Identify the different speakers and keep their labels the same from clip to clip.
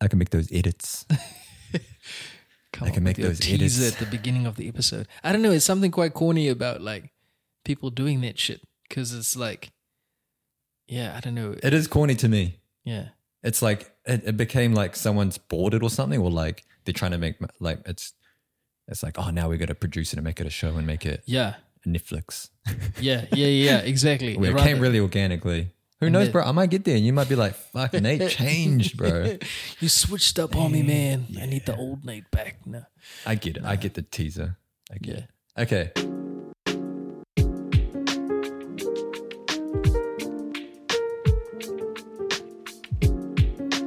Speaker 1: I can make those edits.
Speaker 2: Come
Speaker 1: I can
Speaker 2: up
Speaker 1: make
Speaker 2: with your
Speaker 1: those
Speaker 2: teaser
Speaker 1: edits.
Speaker 2: at the beginning of the episode. I don't know. It's something quite corny about like people doing that shit because it's like, yeah, I don't know.
Speaker 1: it is corny to me.
Speaker 2: yeah,
Speaker 1: It's like it, it became like someone's boarded or something, or like they're trying to make mo- like it's it's like oh now we got to produce it and make it a show and make it
Speaker 2: yeah,
Speaker 1: Netflix.
Speaker 2: yeah, yeah, yeah. Exactly.
Speaker 1: Where it
Speaker 2: Rather-
Speaker 1: came really organically. Who
Speaker 2: And
Speaker 1: knows,
Speaker 2: the-
Speaker 1: bro? I might get there and you might be like, fuck, Nate changed, bro.
Speaker 2: you switched up on me, man. I need the old Nate back now.
Speaker 1: I get it. I get the teaser. I get
Speaker 2: Yeah.
Speaker 1: it. Okay.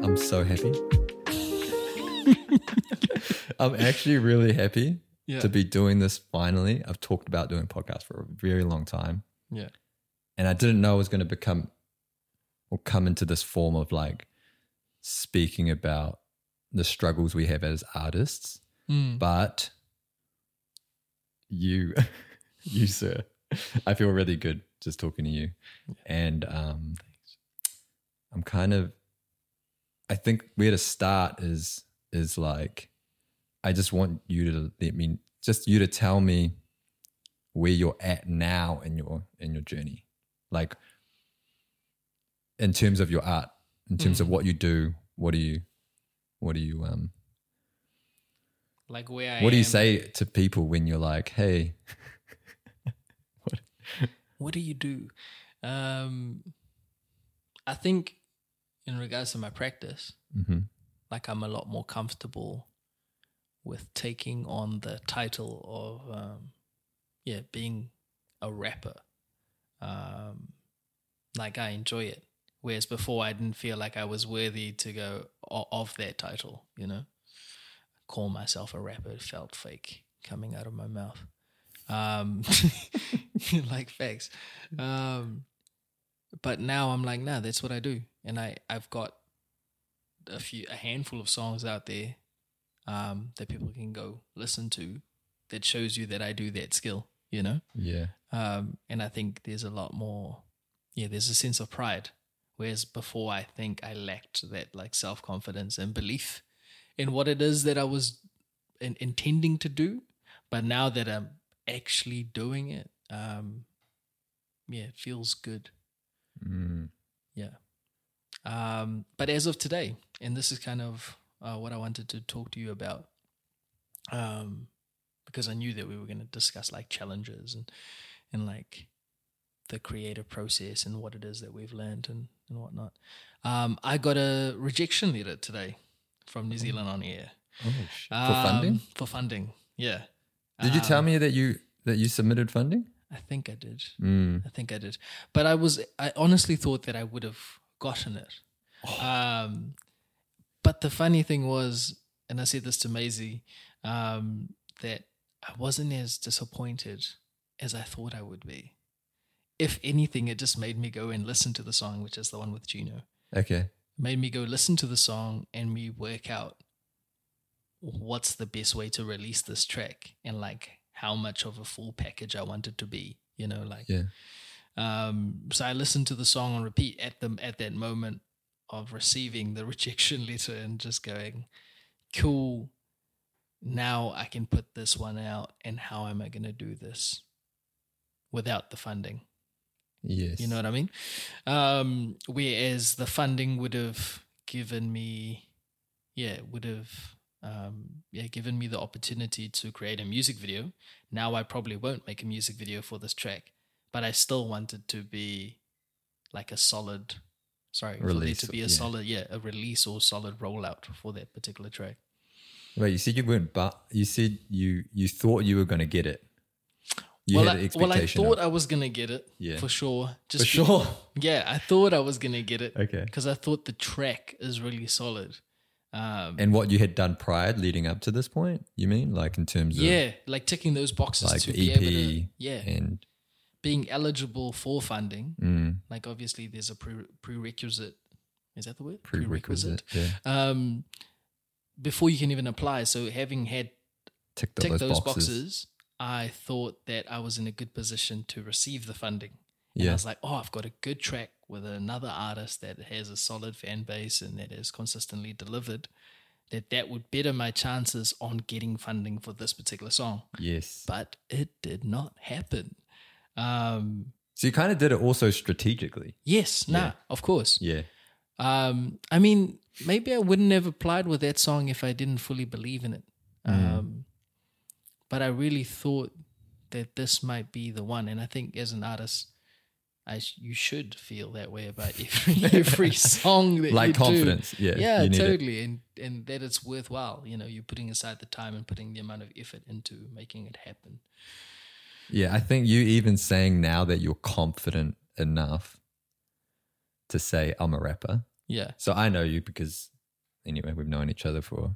Speaker 1: I'm so happy. I'm actually really happy
Speaker 2: Yeah.
Speaker 1: to be doing this finally. I've talked about doing podcasts for a very long time.
Speaker 2: Yeah.
Speaker 1: and I didn't know it was going to become or come into this form of like speaking about the struggles we have as artists.
Speaker 2: Mm.
Speaker 1: But you, you sir, I feel really good just talking to you, and um, I'm kind of, I think where to start is is like, I just want you to let me just you to tell me where you're at now in your in your journey like in terms of your art in terms of what you do what do you what do you um
Speaker 2: Like where I
Speaker 1: what do you
Speaker 2: am.
Speaker 1: say to people when you're like hey
Speaker 2: what do you do? Um, I think in regards to my practice,
Speaker 1: hmm
Speaker 2: like I'm a lot more comfortable with taking on the title of um, yeah being a rapper. Um, like I enjoy it, whereas before I didn't feel like I was worthy to go o- of that title. You know, call myself a rapper it felt fake coming out of my mouth. Um, like facts. Um, but now I'm like, nah, that's what I do, and I I've got a few a handful of songs out there um, that people can go listen to that shows you that I do that skill, you know.
Speaker 1: yeah
Speaker 2: Um, and I think there's a lot more. Yeah, there's a sense of pride, whereas before I think I lacked that like self confidence and belief in what it is that I was in, intending to do. But now that I'm actually doing it, um, yeah, it feels good.
Speaker 1: mm.
Speaker 2: Yeah. Um, but as of today, and this is kind of uh, what I wanted to talk to you about, um, because I knew that we were going to discuss like challenges and and like the creative process and what it is that we've learned and and whatnot. Um, I got a rejection letter today from New Zealand on air
Speaker 1: oh, sh- Mm. for funding
Speaker 2: Um, For funding, yeah.
Speaker 1: did you tell
Speaker 2: Um,
Speaker 1: me that you that you submitted funding
Speaker 2: I think I did.
Speaker 1: mm.
Speaker 2: I think I did. But I was I honestly thought that I would have gotten it. Um but the funny thing was, and I said this to Maisie, um, that I wasn't as disappointed as I thought I would be. If anything, it just made me go and listen to the song, which is the one with Gino.
Speaker 1: okay
Speaker 2: made me go listen to the song and we work out what's the best way to release this track and like how much of a full package I want it to be. You know, like
Speaker 1: yeah
Speaker 2: um, so I listened to the song on repeat at them at that moment of receiving the rejection letter and just going, "Cool, now I can put this one out." And how am I going to do this without the funding?
Speaker 1: yes
Speaker 2: You know what I mean? Um, whereas the funding would have given me, yeah, would have, um, yeah, given me the opportunity to create a music video. Now I probably won't make a music video for this track, but I still wanted to be like a solid, sorry, for there
Speaker 1: Release,
Speaker 2: to be a
Speaker 1: yeah.
Speaker 2: solid, yeah, a release or solid rollout for that particular track.
Speaker 1: wait you said you weren't but you said you you thought you were going to get it you
Speaker 2: well,
Speaker 1: had
Speaker 2: I,
Speaker 1: an
Speaker 2: well, I
Speaker 1: expectation of-
Speaker 2: thought I was gonna get it,
Speaker 1: Yeah.
Speaker 2: for sure.
Speaker 1: for
Speaker 2: Just be-
Speaker 1: sure
Speaker 2: yeah, I thought I was gonna get it.
Speaker 1: okay
Speaker 2: because I thought the track is really solid. Um,
Speaker 1: and what you had done prior leading up to this point you mean like in terms of
Speaker 2: yeah, like ticking those boxes
Speaker 1: Like
Speaker 2: to
Speaker 1: the E
Speaker 2: be able to,
Speaker 1: EP
Speaker 2: yeah,
Speaker 1: and
Speaker 2: being eligible for funding.
Speaker 1: mm,
Speaker 2: Like obviously, there's a pre- prerequisite. Is that the word?
Speaker 1: prerequisite. Yeah.
Speaker 2: Prerequisite. Um, before you can even apply. So having had
Speaker 1: Tick,
Speaker 2: tick
Speaker 1: those,
Speaker 2: those boxes.
Speaker 1: boxes.
Speaker 2: I thought that I was in a good position to receive the funding. And I
Speaker 1: Yeah.
Speaker 2: was like, oh, I've got a good track with another artist that has a solid fan base and that has consistently delivered. That that would better my chances on getting funding for this particular song,
Speaker 1: Yes.
Speaker 2: but it did not happen. Um,
Speaker 1: So you kind of did it also strategically.
Speaker 2: yes, nah,
Speaker 1: Yeah.
Speaker 2: of course.
Speaker 1: Yeah.
Speaker 2: Um, I mean, maybe I wouldn't have applied with that song if I didn't fully believe in it.
Speaker 1: Mm-hmm.
Speaker 2: Um, but I really thought that this might be the one, and I think as an artist, I sh- you should feel that way about every, every song that you
Speaker 1: Like
Speaker 2: do.
Speaker 1: confidence. Yeah.
Speaker 2: Yeah,
Speaker 1: you need it.
Speaker 2: totally, and and that it's worthwhile. You know, you're putting aside the time and putting the amount of effort into making it happen.
Speaker 1: Yeah, I think you even saying now that you're confident enough to say I'm a rapper.
Speaker 2: Yeah,
Speaker 1: So I know you because anyway, we've known each other for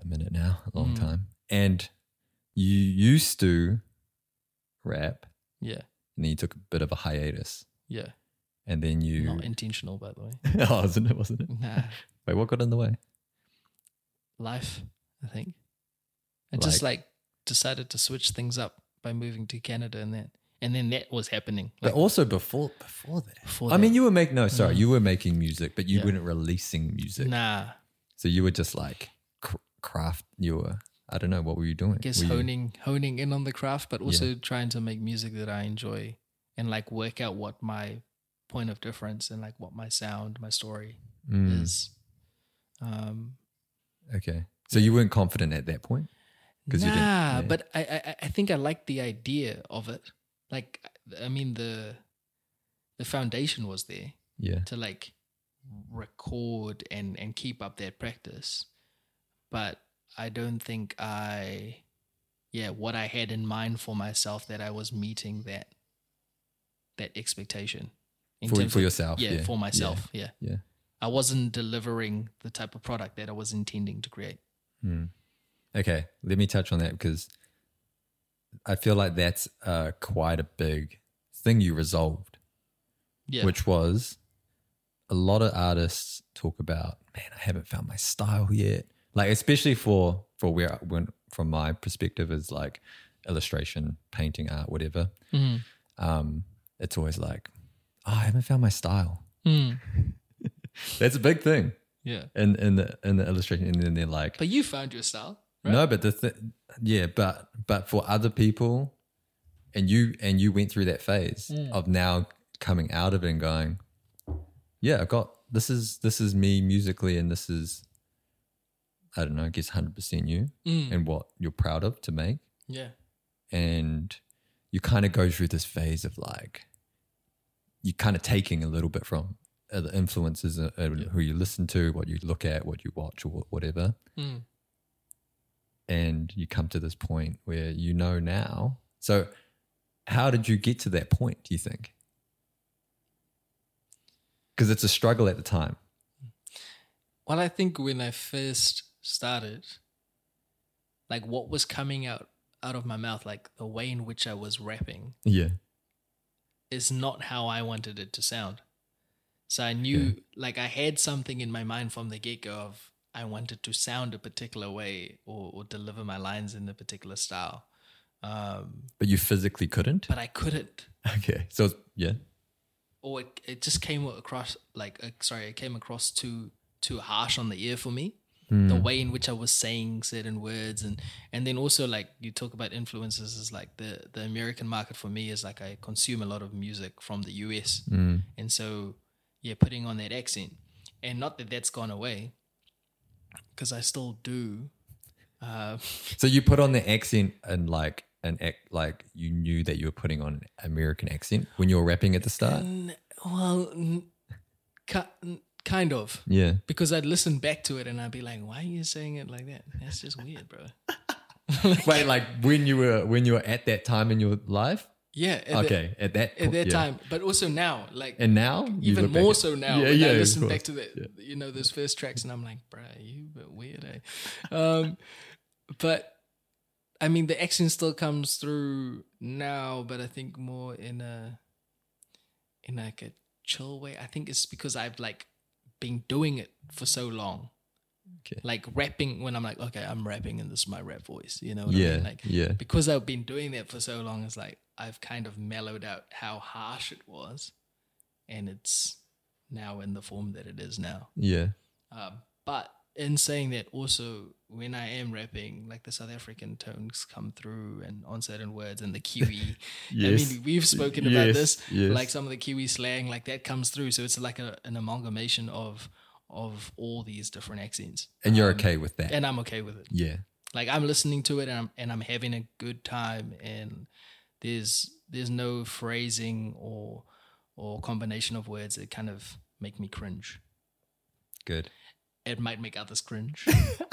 Speaker 1: a minute now, a long
Speaker 2: Mm.
Speaker 1: time. And you used to rap
Speaker 2: yeah,
Speaker 1: and then you took a bit of a hiatus
Speaker 2: yeah.
Speaker 1: and then you
Speaker 2: Not intentional, by the way.
Speaker 1: Oh, wasn't it, wasn't it?
Speaker 2: Nah.
Speaker 1: Wait, what got in the way?
Speaker 2: life, I think. I just like decided to switch things up by moving to Canada and that and then that was happening.
Speaker 1: But
Speaker 2: Like,
Speaker 1: also before before that.
Speaker 2: Before
Speaker 1: I mean
Speaker 2: that. Mm.
Speaker 1: you were making no, sorry, you were making music, but you
Speaker 2: Yeah.
Speaker 1: weren't releasing music.
Speaker 2: nah.
Speaker 1: So you were just like cr- craft. You were. I don't know what were you doing.
Speaker 2: I guess
Speaker 1: Were you-
Speaker 2: honing honing in on the craft, but also trying to make music that I enjoy and like work out what my point of difference and like what my sound, my story
Speaker 1: Mm,
Speaker 2: is. Um
Speaker 1: okay. So you weren't confident at that point. 'Cause you
Speaker 2: nah,
Speaker 1: didn't- yeah.
Speaker 2: but I, I I- I think I like the idea of it. Like I mean the the foundation was there.
Speaker 1: Yeah.
Speaker 2: to like record and and keep up that practice but i don't think i yeah what i had in mind for myself that i was meeting that that expectation in
Speaker 1: For,
Speaker 2: terms
Speaker 1: for
Speaker 2: of-
Speaker 1: yourself.
Speaker 2: yeah, for myself yeah.
Speaker 1: yeah.
Speaker 2: i wasn't delivering the type of product that i was intending to create
Speaker 1: Mm. Okay. Let me touch on that because I feel like that's uh, quite a big thing you resolved,
Speaker 2: yeah
Speaker 1: which was a lot of artists talk about. Man, I haven't found my style yet. Like especially for for where I went from my perspective is like illustration, painting, art, whatever.
Speaker 2: Mm.
Speaker 1: um, it's always like, oh, I haven't found my style.
Speaker 2: Mm.
Speaker 1: That's a big thing
Speaker 2: yeah
Speaker 1: in in the in the illustration, and then they're like,
Speaker 2: but you found your style right?
Speaker 1: no, but the th- yeah, but but for other people, and you and you went through that phase
Speaker 2: Mm.
Speaker 1: of now coming out of it and going, yeah, I've got this is this is me musically, and this is. I don't know, I guess 100% you
Speaker 2: Mm.
Speaker 1: and what you're proud of to make.
Speaker 2: yeah
Speaker 1: and you kind of go through this phase of like you kind of taking a little bit from other influences uh, uh, who you listen to what you look at what you watch or wha- whatever
Speaker 2: Mm.
Speaker 1: and you come to this point where you know now so how did you get to that point do you think because it's a struggle at the time
Speaker 2: Well, I think when I first started, like what was coming out out of my mouth, like the way in which I was rapping,
Speaker 1: yeah
Speaker 2: is not how I wanted it to sound. So I knew,
Speaker 1: Okay.
Speaker 2: like, I had something in my mind from the get go of I wanted to sound a particular way or, or deliver my lines in a particular style, um,
Speaker 1: but you physically couldn't
Speaker 2: but I couldn't,
Speaker 1: okay so it's- yeah
Speaker 2: or it, it just came across like, uh, sorry, it came across too too harsh on the ear for me. the
Speaker 1: Mm.
Speaker 2: way in which I was saying certain words and and then also like you talk about influences is like the the American market for me is like I consume a lot of music from the US
Speaker 1: Mm.
Speaker 2: and so yeah putting on that accent and not that that's gone away because I still do uh,
Speaker 1: so you put on the accent and like an act like you knew that you were putting on an american accent when you were rapping at the start
Speaker 2: n- well n- ki- n- kind of
Speaker 1: Yeah.
Speaker 2: because I'd listen back to it and I'd be like why are you saying it like that that's just weird bro
Speaker 1: Wait, like when you were when you were at that time in your life?
Speaker 2: yeah at that-
Speaker 1: Okay, at that
Speaker 2: at
Speaker 1: point,
Speaker 2: that
Speaker 1: yeah.
Speaker 2: time but also now like
Speaker 1: and now You
Speaker 2: even
Speaker 1: look back
Speaker 2: more
Speaker 1: at-
Speaker 2: so now
Speaker 1: Yeah,
Speaker 2: when
Speaker 1: yeah,
Speaker 2: I
Speaker 1: of
Speaker 2: listen
Speaker 1: course.
Speaker 2: back to the you know those first tracks and I'm like, bruh, you a bit weird, eh? um, but I mean the action still comes through now, but I think more in a in like a chill way. I think it's because I've like been doing it for so long.
Speaker 1: Okay.
Speaker 2: Like rapping when I'm like, okay, I'm rapping and this is my rap voice, you know what I
Speaker 1: Yeah,
Speaker 2: mean? Like
Speaker 1: yeah,
Speaker 2: because I've been doing that for so long, it's like I've kind of mellowed out how harsh it was, and it's now in the form that it is now.
Speaker 1: Yeah.
Speaker 2: Uh, but in saying that, also when I am rapping, like the South African tones come through, and on certain words, and the Kiwi. I mean, we've spoken about
Speaker 1: Yes.
Speaker 2: this.
Speaker 1: Yes.
Speaker 2: Like some of the Kiwi slang, like that comes through. So it's like a, an amalgamation of of all these different accents.
Speaker 1: and you're
Speaker 2: Um,
Speaker 1: okay with that.
Speaker 2: And I'm okay with it.
Speaker 1: yeah.
Speaker 2: Like I'm listening to it, and I'm and I'm having a good time. And there's there's no phrasing or or combination of words that kind of make me cringe
Speaker 1: Good.
Speaker 2: it might make others cringe.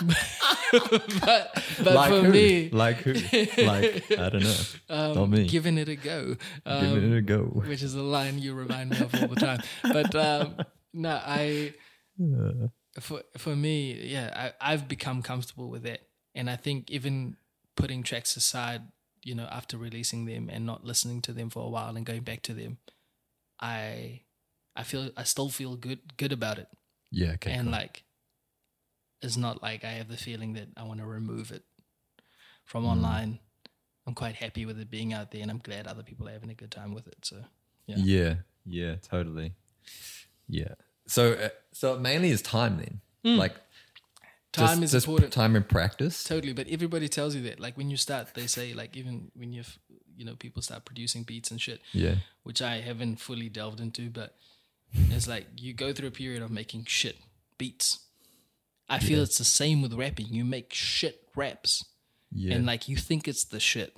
Speaker 2: but but
Speaker 1: like
Speaker 2: for
Speaker 1: who?
Speaker 2: me,
Speaker 1: Like who? like, I don't know.
Speaker 2: um,
Speaker 1: not me.
Speaker 2: giving it a go, um,
Speaker 1: Give it a go.
Speaker 2: which is a line you remind me of all the time. But um, no, I
Speaker 1: Uh,
Speaker 2: for for me, yeah, I, I've become comfortable with that, and I think even putting tracks aside, you know, after releasing them and not listening to them for a while and going back to them, I I feel I still feel good good about it
Speaker 1: yeah. Okay.
Speaker 2: and
Speaker 1: cool.
Speaker 2: like it's not like I have the feeling that I want to remove it from
Speaker 1: Mm.
Speaker 2: online. I'm quite happy with it being out there, and I'm glad other people are having a good time with it. So yeah.
Speaker 1: Yeah, yeah, totally. Yeah. So, uh, so it mainly is time then. Like
Speaker 2: Hmm. time
Speaker 1: just-
Speaker 2: is
Speaker 1: just
Speaker 2: important,
Speaker 1: Time and practice.
Speaker 2: totally. But everybody tells you that, like when you start, they say like even when you have you know people start producing beats and shit,
Speaker 1: yeah.
Speaker 2: which I haven't fully delved into, but it's like you go through a period of making shit beats. I feel it's the same with rapping. You make shit raps.
Speaker 1: Yeah.
Speaker 2: and like you think it's the shit,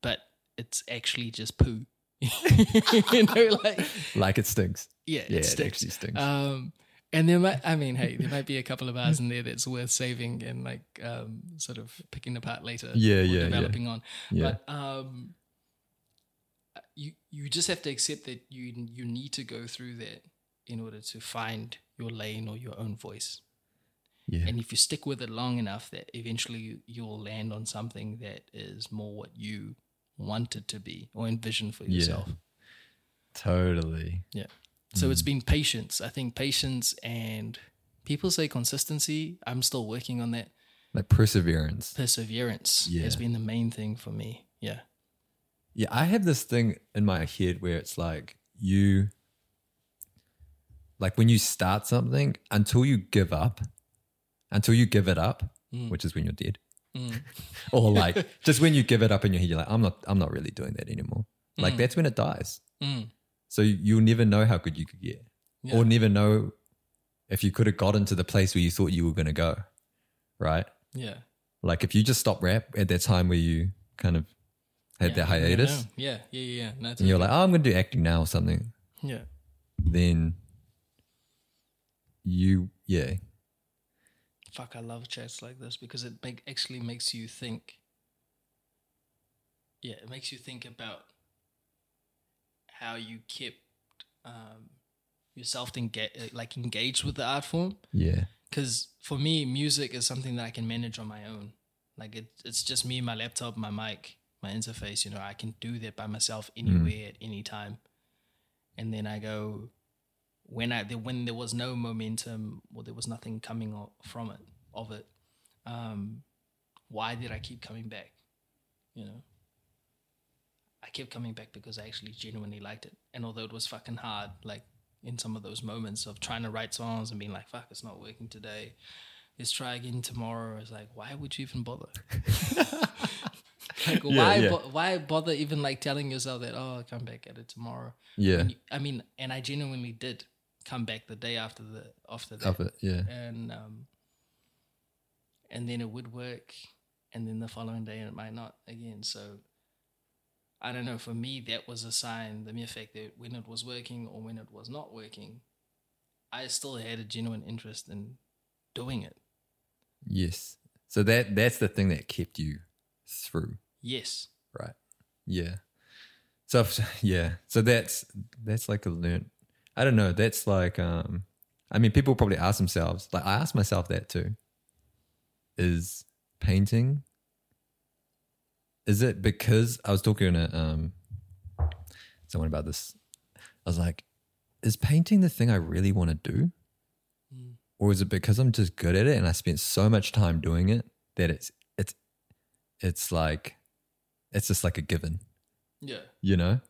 Speaker 2: but it's actually just poo. you know, like
Speaker 1: like it stinks.
Speaker 2: yeah,
Speaker 1: Yeah,
Speaker 2: it
Speaker 1: it,
Speaker 2: stinks.
Speaker 1: actually stinks.
Speaker 2: Um, and there might, I mean, hey, there might be a couple of hours in there that's worth saving and like um, sort of picking apart later.
Speaker 1: Yeah,
Speaker 2: or
Speaker 1: yeah, yeah.
Speaker 2: developing on.
Speaker 1: yeah.
Speaker 2: But um, you you just have to accept that you you need to go through that in order to find your lane or your own voice.
Speaker 1: yeah.
Speaker 2: And if you stick with it long enough, that eventually you- you'll land on something that is more what you want it to be or envision for
Speaker 1: Yeah.
Speaker 2: yourself.
Speaker 1: Totally.
Speaker 2: So
Speaker 1: Mm.
Speaker 2: it's been patience. I think patience and people say consistency. I'm still working on that.
Speaker 1: Like perseverance.
Speaker 2: Perseverance has
Speaker 1: Yeah.
Speaker 2: been the main thing for me. Yeah.
Speaker 1: Yeah, I have this thing in my head where it's like you, like when you start something, until you give up, until you give it up,
Speaker 2: Mm.
Speaker 1: which is when you're dead.
Speaker 2: Mm.
Speaker 1: or like just when you give it up in your head, you're like, I'm not, I'm not really doing that anymore. Like
Speaker 2: Mm.
Speaker 1: that's when it dies.
Speaker 2: Mm.
Speaker 1: So you- you'll never know how good you could get,
Speaker 2: Yeah.
Speaker 1: or never know if you could have gotten to the place where you thought you were going to go, right?
Speaker 2: Yeah.
Speaker 1: Like if you just stop rap at that time where you kind of had that
Speaker 2: Yeah, you never
Speaker 1: hiatus,
Speaker 2: know. Yeah. Yeah. Yeah. yeah. No,
Speaker 1: and you're like, oh, I'm going to do acting now or something,
Speaker 2: yeah.
Speaker 1: then you, yeah,
Speaker 2: Fuck, I love chats like this because it make, actually makes you think. Yeah, it makes you think about how you kept um, yourself enga- like engaged with the art form.
Speaker 1: yeah,
Speaker 2: Because for me, music is something that I can manage on my own. Like it, it's just me, my laptop, my mic, my interface. You know, I can do that by myself anywhere at any time. And then I go when I the- when there was no momentum or there was nothing coming o- from it of it. Um, why did I keep coming back? You know, I kept coming back because I actually genuinely liked it. And although it was fucking hard, like in some of those moments of trying to write songs and being like, fuck, it's not working today. Let's try again tomorrow. It's like, why would you even bother? like,
Speaker 1: Yeah,
Speaker 2: why,
Speaker 1: yeah.
Speaker 2: Bo- why bother even like telling yourself that, oh, I'll come back at it tomorrow?
Speaker 1: yeah,
Speaker 2: And you- I mean, and I genuinely did come back the day after the after that
Speaker 1: of it, yeah,
Speaker 2: and um, and then it would work, and then the following day it might not again. So I don't know. For me, that was a sign. The mere fact that when it was working or when it was not working, I still had a genuine interest in doing it.
Speaker 1: yes. So that that's the thing that kept you through.
Speaker 2: Yes.
Speaker 1: Right. Yeah. So if- yeah. So that's that's like a learn. I don't know. That's like um. I mean, people probably ask themselves. Like I ask myself that too. Is painting? Is it because I was talking to um someone about this? I was like, is painting the thing I really want to do?
Speaker 2: Mm.
Speaker 1: Or is it because I'm just good at it and I spent so much time doing it that it's it's it's like it's just like a given.
Speaker 2: Yeah.
Speaker 1: you know?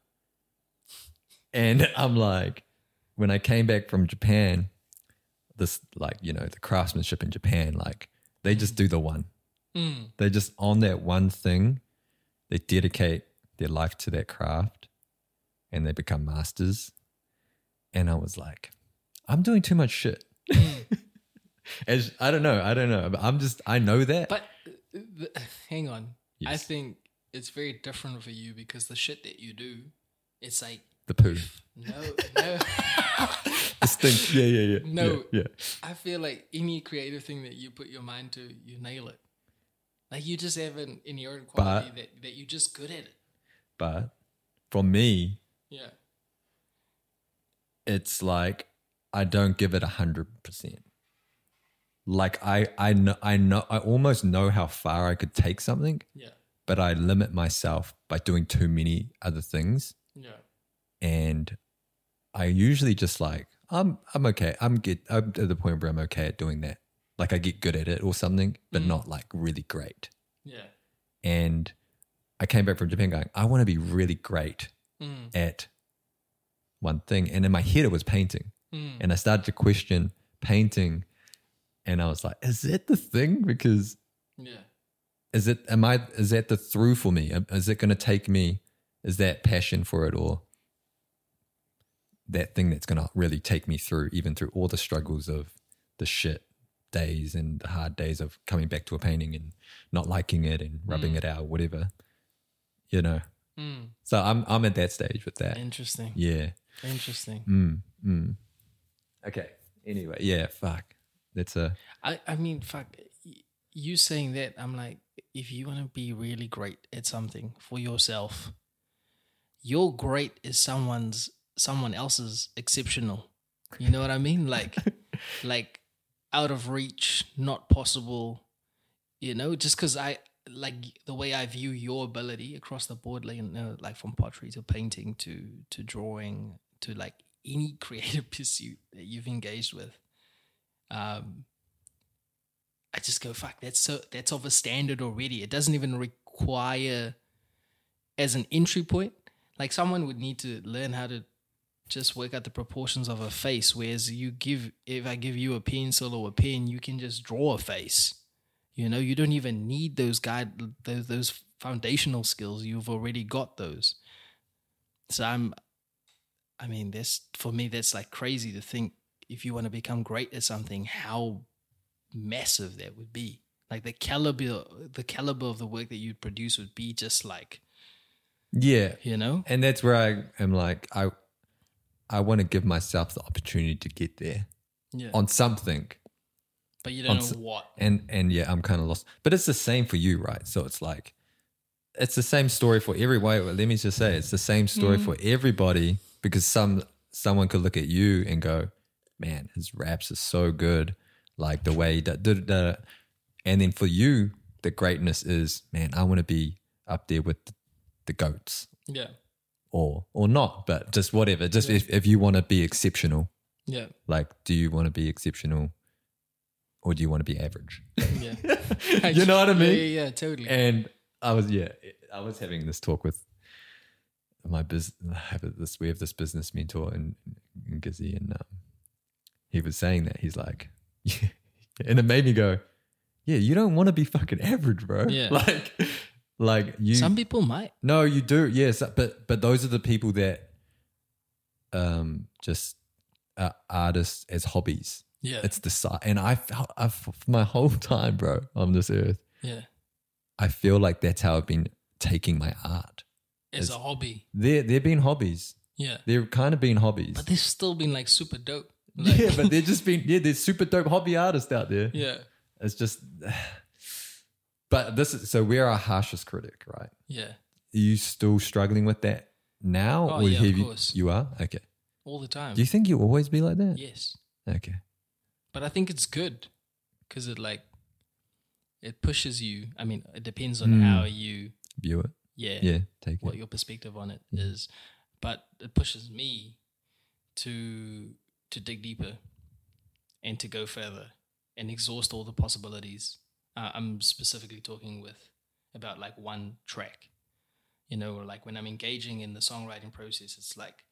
Speaker 1: And I'm like, when I came back from Japan, this, like, you know, the craftsmanship in Japan, like, they just do the one.
Speaker 2: Mm.
Speaker 1: They just on that one thing, they dedicate their life to that craft and they become masters. And I was like, I'm doing too much shit. As, I don't know. I don't know. But I'm just, I know that.
Speaker 2: But uh, th- hang on. I
Speaker 1: Yes.
Speaker 2: think it's very different for you because the shit that you do, it's like,
Speaker 1: the poo.
Speaker 2: no, no.
Speaker 1: The stink. Yeah, yeah, yeah.
Speaker 2: No.
Speaker 1: Yeah. yeah.
Speaker 2: I feel like any creative thing that you put your mind to, you nail it. Like you just have an inherent quality that, that you're just good at it.
Speaker 1: But for me,
Speaker 2: Yeah.
Speaker 1: it's like I don't give it a hundred percent. Like I, I know, I know, I almost know how far I could take something,
Speaker 2: Yeah.
Speaker 1: but I limit myself by doing too many other things,
Speaker 2: Yeah.
Speaker 1: and I usually just like I'm, I'm okay. I'm get, I'm at the point where I'm okay at doing that. Like I get good at it or something, but
Speaker 2: Mm.
Speaker 1: not like really great.
Speaker 2: Yeah.
Speaker 1: And I came back from Japan going, I want to be really great
Speaker 2: Mm.
Speaker 1: at one thing, and in my head it was painting.
Speaker 2: Mm.
Speaker 1: and I started to question painting, and I was like, "Is that the thing? Because
Speaker 2: Yeah.
Speaker 1: is it? Am I? Is that the through for me? Am- Is it going to take me? Is that passion for it, or that thing that's going to really take me through, even through all the struggles of the shit days and the hard days of coming back to a painting and not liking it and rubbing
Speaker 2: Mm.
Speaker 1: it out, whatever, you know?
Speaker 2: Mm.
Speaker 1: So I'm I'm at that stage with that.
Speaker 2: Interesting.
Speaker 1: Yeah.
Speaker 2: Interesting.
Speaker 1: Mm, mm. Okay. Anyway, yeah. Fuck. That's a
Speaker 2: I, I mean, fuck, y- you saying that, I'm like, if you want to be really great at something for yourself, your great is someone's, someone else's exceptional. You know what I mean? Like, like out of reach, not possible, you know, just because I, like the way I view your ability across the board, like, you know, like from pottery to painting to, to drawing to like any creative pursuit that you've engaged with. Um, I just go, fuck, that's so that's of a standard already. It doesn't even require as an entry point. Like someone would need to learn how to just work out the proportions of a face. Whereas you give if I give you a pencil or a pen, you can just draw a face. You know, you don't even need those guide those those foundational skills. You've already got those. So I'm I mean, that's for me that's like crazy to think if you want to become great at something, how massive that would be. Like the caliber, the caliber of the work that you'd produce would be just like
Speaker 1: yeah,
Speaker 2: you know.
Speaker 1: and that's where I am like I I want to give myself the opportunity to get there
Speaker 2: Yeah.
Speaker 1: on something,
Speaker 2: but you don't
Speaker 1: on
Speaker 2: know what.
Speaker 1: and and yeah, I'm kind of lost. But it's the same for you, right? So it's like it's the same story for every way. well, Let me just say it's the same story for everybody because some someone could look at you and go, "Man, his raps are so good," like the way that. Da, da, da. And then for you, the greatness is, man, I want to be up there with the goats
Speaker 2: Yeah.
Speaker 1: or or not, but just whatever. Just if, if you want to be exceptional,
Speaker 2: Yeah.
Speaker 1: like, do you want to be exceptional or do you want to be average?
Speaker 2: Yeah.
Speaker 1: you know what I
Speaker 2: Yeah,
Speaker 1: mean?
Speaker 2: Yeah. yeah, totally.
Speaker 1: And I was yeah, I was having this talk with my business. I have this we have this business mentor in, in Gizzy, and um, he was saying that he's like, and it made me go, yeah, you don't want to be fucking average, bro.
Speaker 2: Yeah.
Speaker 1: like, like you.
Speaker 2: Some people might.
Speaker 1: no, you do. Yes, but but those are the people that, um, just are artists as hobbies.
Speaker 2: Yeah.
Speaker 1: It's the side, and I felt I for my whole time, bro, uh, on this earth.
Speaker 2: yeah.
Speaker 1: I feel like that's how I've been taking my art.
Speaker 2: It's, a
Speaker 1: it's-
Speaker 2: hobby.
Speaker 1: They're they're being hobbies.
Speaker 2: Yeah.
Speaker 1: They're kind of being hobbies.
Speaker 2: But they've still been like super dope. Like,
Speaker 1: yeah, but they're just being yeah, they're super dope hobby artists out there.
Speaker 2: yeah.
Speaker 1: It's just But this is so we're our harshest critic, right? Are
Speaker 2: Yeah.
Speaker 1: you still struggling with that now?
Speaker 2: Oh, yeah, of
Speaker 1: have you,
Speaker 2: course. Um,
Speaker 1: you are? Okay.
Speaker 2: All the time.
Speaker 1: Do you think you'll always be like that?
Speaker 2: yes.
Speaker 1: Okay.
Speaker 2: But I think it's good because it like it pushes you. I mean, it depends on
Speaker 1: Mm.
Speaker 2: how you.
Speaker 1: View it.
Speaker 2: Yeah.
Speaker 1: Yeah, take
Speaker 2: what
Speaker 1: it. Mm.
Speaker 2: your perspective on it is, but it pushes me to to dig deeper and to go further and exhaust all the possibilities. Uh, I'm specifically talking with about like one track, you know, or like when I'm engaging in the songwriting process, it's like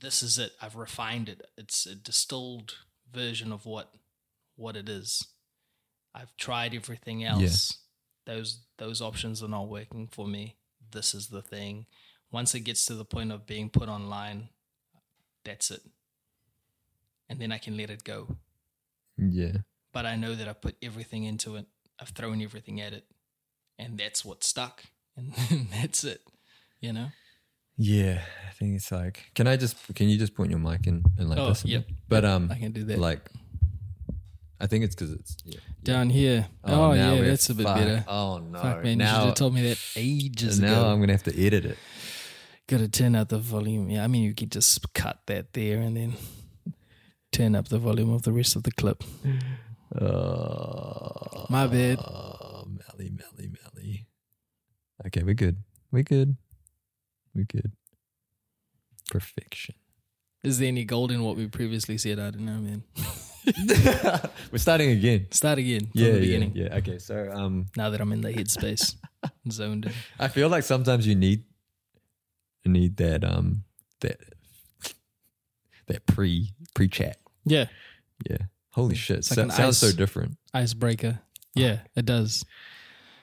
Speaker 2: this is it. I've refined it. It's a distilled version of what what it is. I've tried everything else. Those those options are not working for me. This is the thing. Once it gets to the point of being put online, that's it. And then I can let it go.
Speaker 1: Yeah.
Speaker 2: But I know that I put everything into it. I've thrown everything at it. And that's what stuck. And that's it. You know?
Speaker 1: Yeah. I think it's like, can I just, can you just point your mic in and like
Speaker 2: Oh,
Speaker 1: this? a
Speaker 2: yep.
Speaker 1: bit? But um,
Speaker 2: I can do that.
Speaker 1: like, I think it's because it's yeah.
Speaker 2: Down here. Oh, yeah, that's a bit better.
Speaker 1: Oh no!
Speaker 2: Fuck man, you should
Speaker 1: now,
Speaker 2: have told me that ages
Speaker 1: now
Speaker 2: ago.
Speaker 1: I'm gonna have to edit it.
Speaker 2: Gotta turn up the volume. Yeah, I mean you can just cut that there and then turn up the volume of the rest of the clip.
Speaker 1: Uh,
Speaker 2: My bad.
Speaker 1: Oh, Melly, Melly, Melly. Okay, we're good. We're good. We're good. Perfection.
Speaker 2: Is there any gold in what we previously said? I don't know, man.
Speaker 1: we're starting again.
Speaker 2: Start again from
Speaker 1: Yeah,
Speaker 2: the
Speaker 1: yeah,
Speaker 2: beginning.
Speaker 1: yeah. Okay, so um,
Speaker 2: Now that I'm in the headspace, zoned in.
Speaker 1: I feel like sometimes you need you need that um that that pre pre chat.
Speaker 2: Yeah,
Speaker 1: Yeah. Holy shit!
Speaker 2: like
Speaker 1: so-
Speaker 2: an
Speaker 1: sounds so
Speaker 2: ice-
Speaker 1: different.
Speaker 2: icebreaker. Yeah, it does.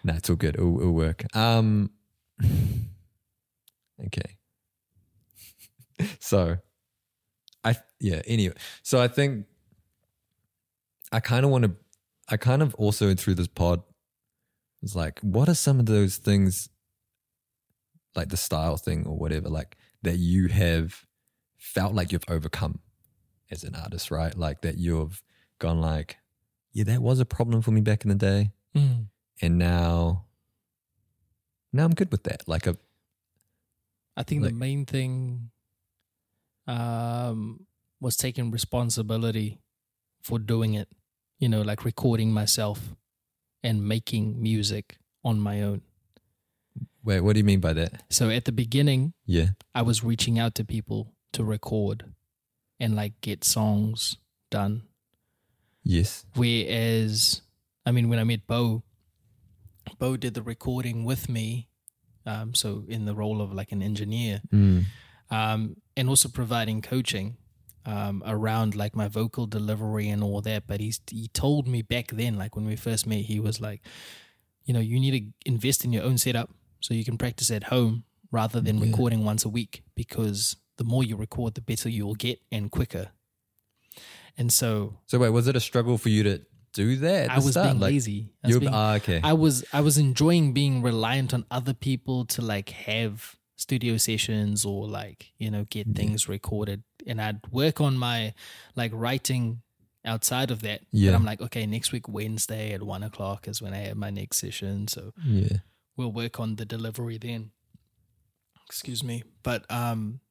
Speaker 1: Nah, it's all good. It'll, it'll work. Um, okay. so, I yeah. Anyway, so I think I kind of want to. I kind of also through this pod was like, what are some of those things, like the style thing or whatever, like that you have felt like you've overcome as an artist, right? Like that you've gone like, yeah, that was a problem for me back in the day
Speaker 2: Mm.
Speaker 1: and now now I'm good with that. Like uh, a
Speaker 2: I think
Speaker 1: Like-
Speaker 2: the main thing um, was taking responsibility for doing it. You know, like recording myself and making music on my own.
Speaker 1: wait, what do you mean by that?
Speaker 2: So at the beginning,
Speaker 1: Yeah.
Speaker 2: I was reaching out to people to record and like get songs done.
Speaker 1: Yes.
Speaker 2: Whereas, I mean, when I met Bo, Bo did the recording with me, um, so in the role of like an engineer,
Speaker 1: Mm.
Speaker 2: um, and also providing coaching um, around like my vocal delivery and all that. But he's he told me back then, like when we first met, he was like, you know, you need to invest in your own setup so you can practice at home rather than
Speaker 1: Yeah.
Speaker 2: recording once a week because the more you record, the better you will get and quicker. And so
Speaker 1: So wait, was it a struggle for you to do that? at
Speaker 2: I
Speaker 1: the
Speaker 2: was
Speaker 1: start?
Speaker 2: being
Speaker 1: Like,
Speaker 2: lazy. I was
Speaker 1: You
Speaker 2: being-
Speaker 1: ah, okay.
Speaker 2: I was I was enjoying being reliant on other people to like have studio sessions or like you know get
Speaker 1: Yeah.
Speaker 2: things recorded, and I'd work on my like writing outside of that.
Speaker 1: Yeah.
Speaker 2: But I'm like, okay, next week Wednesday at one o'clock is when I have my next session, so
Speaker 1: yeah.
Speaker 2: we'll work on the delivery then. Excuse me, but um,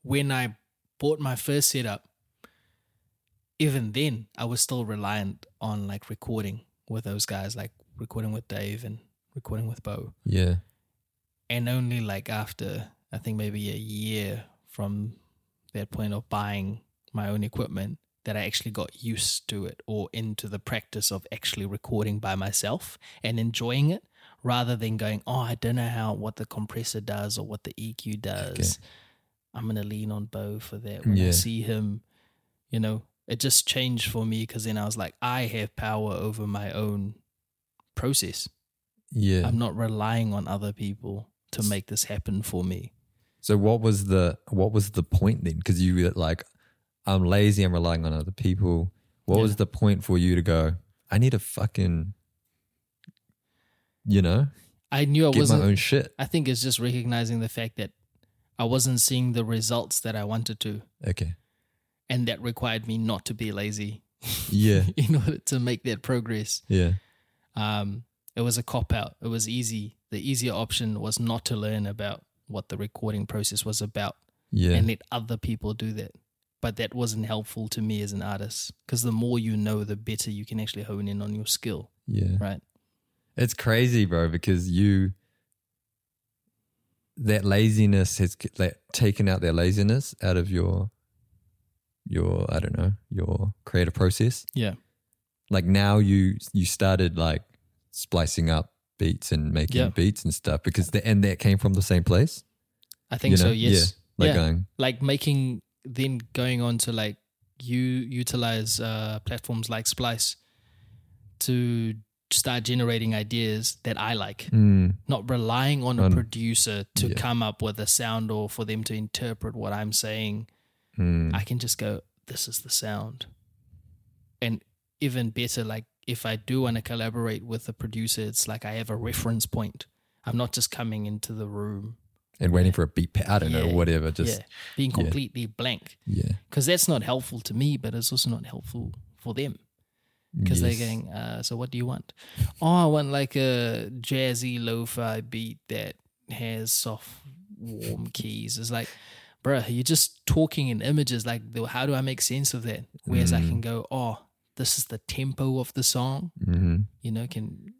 Speaker 2: when I bought my first setup, even then I was still reliant on like recording with those guys, like recording with Dave and recording with Bo.
Speaker 1: Yeah.
Speaker 2: And only like after I think maybe a year from that point of buying my own equipment that I actually got used to it or into the practice of actually recording by myself and enjoying it rather than going, Oh, I don't know how what the compressor does or what the EQ does. I'm gonna lean on Bo for that when I
Speaker 1: Yeah.
Speaker 2: see him, you know. It just changed for me because then I was like, I have power over my own process.
Speaker 1: Yeah.
Speaker 2: I'm not relying on other people to make this happen for me.
Speaker 1: so what was the what was the point then? Because you were like, I'm lazy. I'm relying on other people. What
Speaker 2: Yeah.
Speaker 1: was the point for you to go? I need to fucking, you know,
Speaker 2: I knew I
Speaker 1: get my
Speaker 2: wasn't.
Speaker 1: own shit.
Speaker 2: I think it's just recognizing the fact that I wasn't seeing the results that I wanted to,
Speaker 1: Okay.
Speaker 2: and that required me not to be lazy
Speaker 1: Yeah.
Speaker 2: in order to make that progress.
Speaker 1: Yeah.
Speaker 2: Um, it was a cop out. It was easy. The easier option was not to learn about what the recording process was about
Speaker 1: Yeah.
Speaker 2: and let other people do that. But that wasn't helpful to me as an artist because the more you know, the better you can actually hone in on your skill,
Speaker 1: yeah.
Speaker 2: right?
Speaker 1: It's crazy, bro, because you that laziness has c- like, taken out their laziness out of your your I don't know your creative process.
Speaker 2: Yeah.
Speaker 1: Like now you you started like splicing up beats and making
Speaker 2: Yeah.
Speaker 1: beats and stuff because the, and that came from the same place.
Speaker 2: I think
Speaker 1: you know?
Speaker 2: so. Yes.
Speaker 1: Yeah. Like
Speaker 2: Yeah.
Speaker 1: going,
Speaker 2: like making then going on to like you utilize uh, platforms like Splice to start generating ideas that I like,
Speaker 1: mm,
Speaker 2: not relying on a
Speaker 1: On-
Speaker 2: producer to
Speaker 1: yeah.
Speaker 2: come up with a sound or for them to interpret what I'm saying.
Speaker 1: mm,
Speaker 2: I can just go, this is the sound. And even better, like if I do want to collaborate with a producer, it's like I have a reference point. I'm not just coming into the room,
Speaker 1: and waiting for a beat pad, I don't know,
Speaker 2: Yeah.
Speaker 1: whatever. Just
Speaker 2: yeah, being
Speaker 1: yeah.
Speaker 2: completely blank.
Speaker 1: yeah,
Speaker 2: because that's not helpful to me, but it's also not helpful for them because
Speaker 1: Yes.
Speaker 2: they're going, uh, so what do you want? Oh, I want like a jazzy lo-fi beat that has soft, warm keys. It's like, bruh, you're just talking in images. Like, the- how do I make sense of that? Whereas I
Speaker 1: Mm.
Speaker 2: can go, oh, this is the tempo of the song.
Speaker 1: mhm,
Speaker 2: You know, can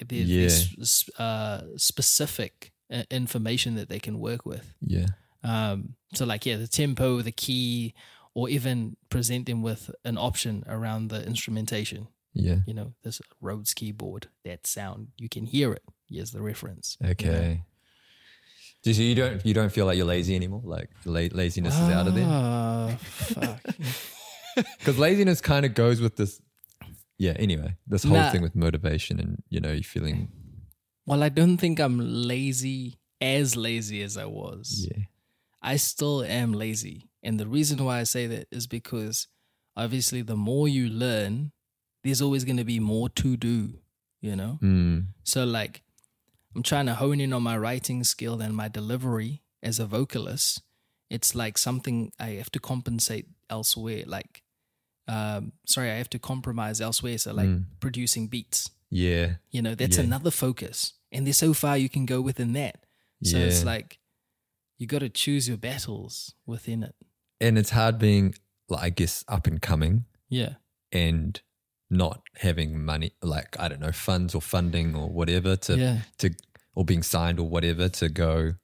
Speaker 2: there's,
Speaker 1: Yeah.
Speaker 2: there's uh, specific uh, information that they can work with.
Speaker 1: yeah,
Speaker 2: Um, so like yeah, the tempo, the key, or even present them with an option around the instrumentation.
Speaker 1: yeah.
Speaker 2: You know, this Rhodes keyboard, that sound you can hear it. Here's the reference. you know?
Speaker 1: Okay. Do So you don't you don't feel like you're lazy anymore? Like la- laziness is out of there
Speaker 2: Ah, fuck.
Speaker 1: because laziness kind of goes with this. Yeah. Anyway, this whole
Speaker 2: Nah.
Speaker 1: thing with motivation and you know you feeling
Speaker 2: Well, I don't think I'm lazy as lazy as I was.
Speaker 1: yeah
Speaker 2: I still am lazy. And the reason why I say that is because obviously the more you learn, there's always going to be more to do, you know?
Speaker 1: mm,
Speaker 2: So like I'm trying to hone in on my writing skill and my delivery as a vocalist. It's like something I have to compensate elsewhere. Like um sorry, I have to compromise elsewhere. So like
Speaker 1: Mm.
Speaker 2: producing beats.
Speaker 1: yeah
Speaker 2: You know, that's
Speaker 1: Yeah.
Speaker 2: another focus. And there's so far you can go within that. So it's
Speaker 1: Yeah.
Speaker 2: like you gotta choose your battles within it.
Speaker 1: and it's hard being like I guess up and coming
Speaker 2: Yeah.
Speaker 1: and not having money like I don't know funds or funding or whatever to
Speaker 2: yeah.
Speaker 1: to or being signed or whatever to go.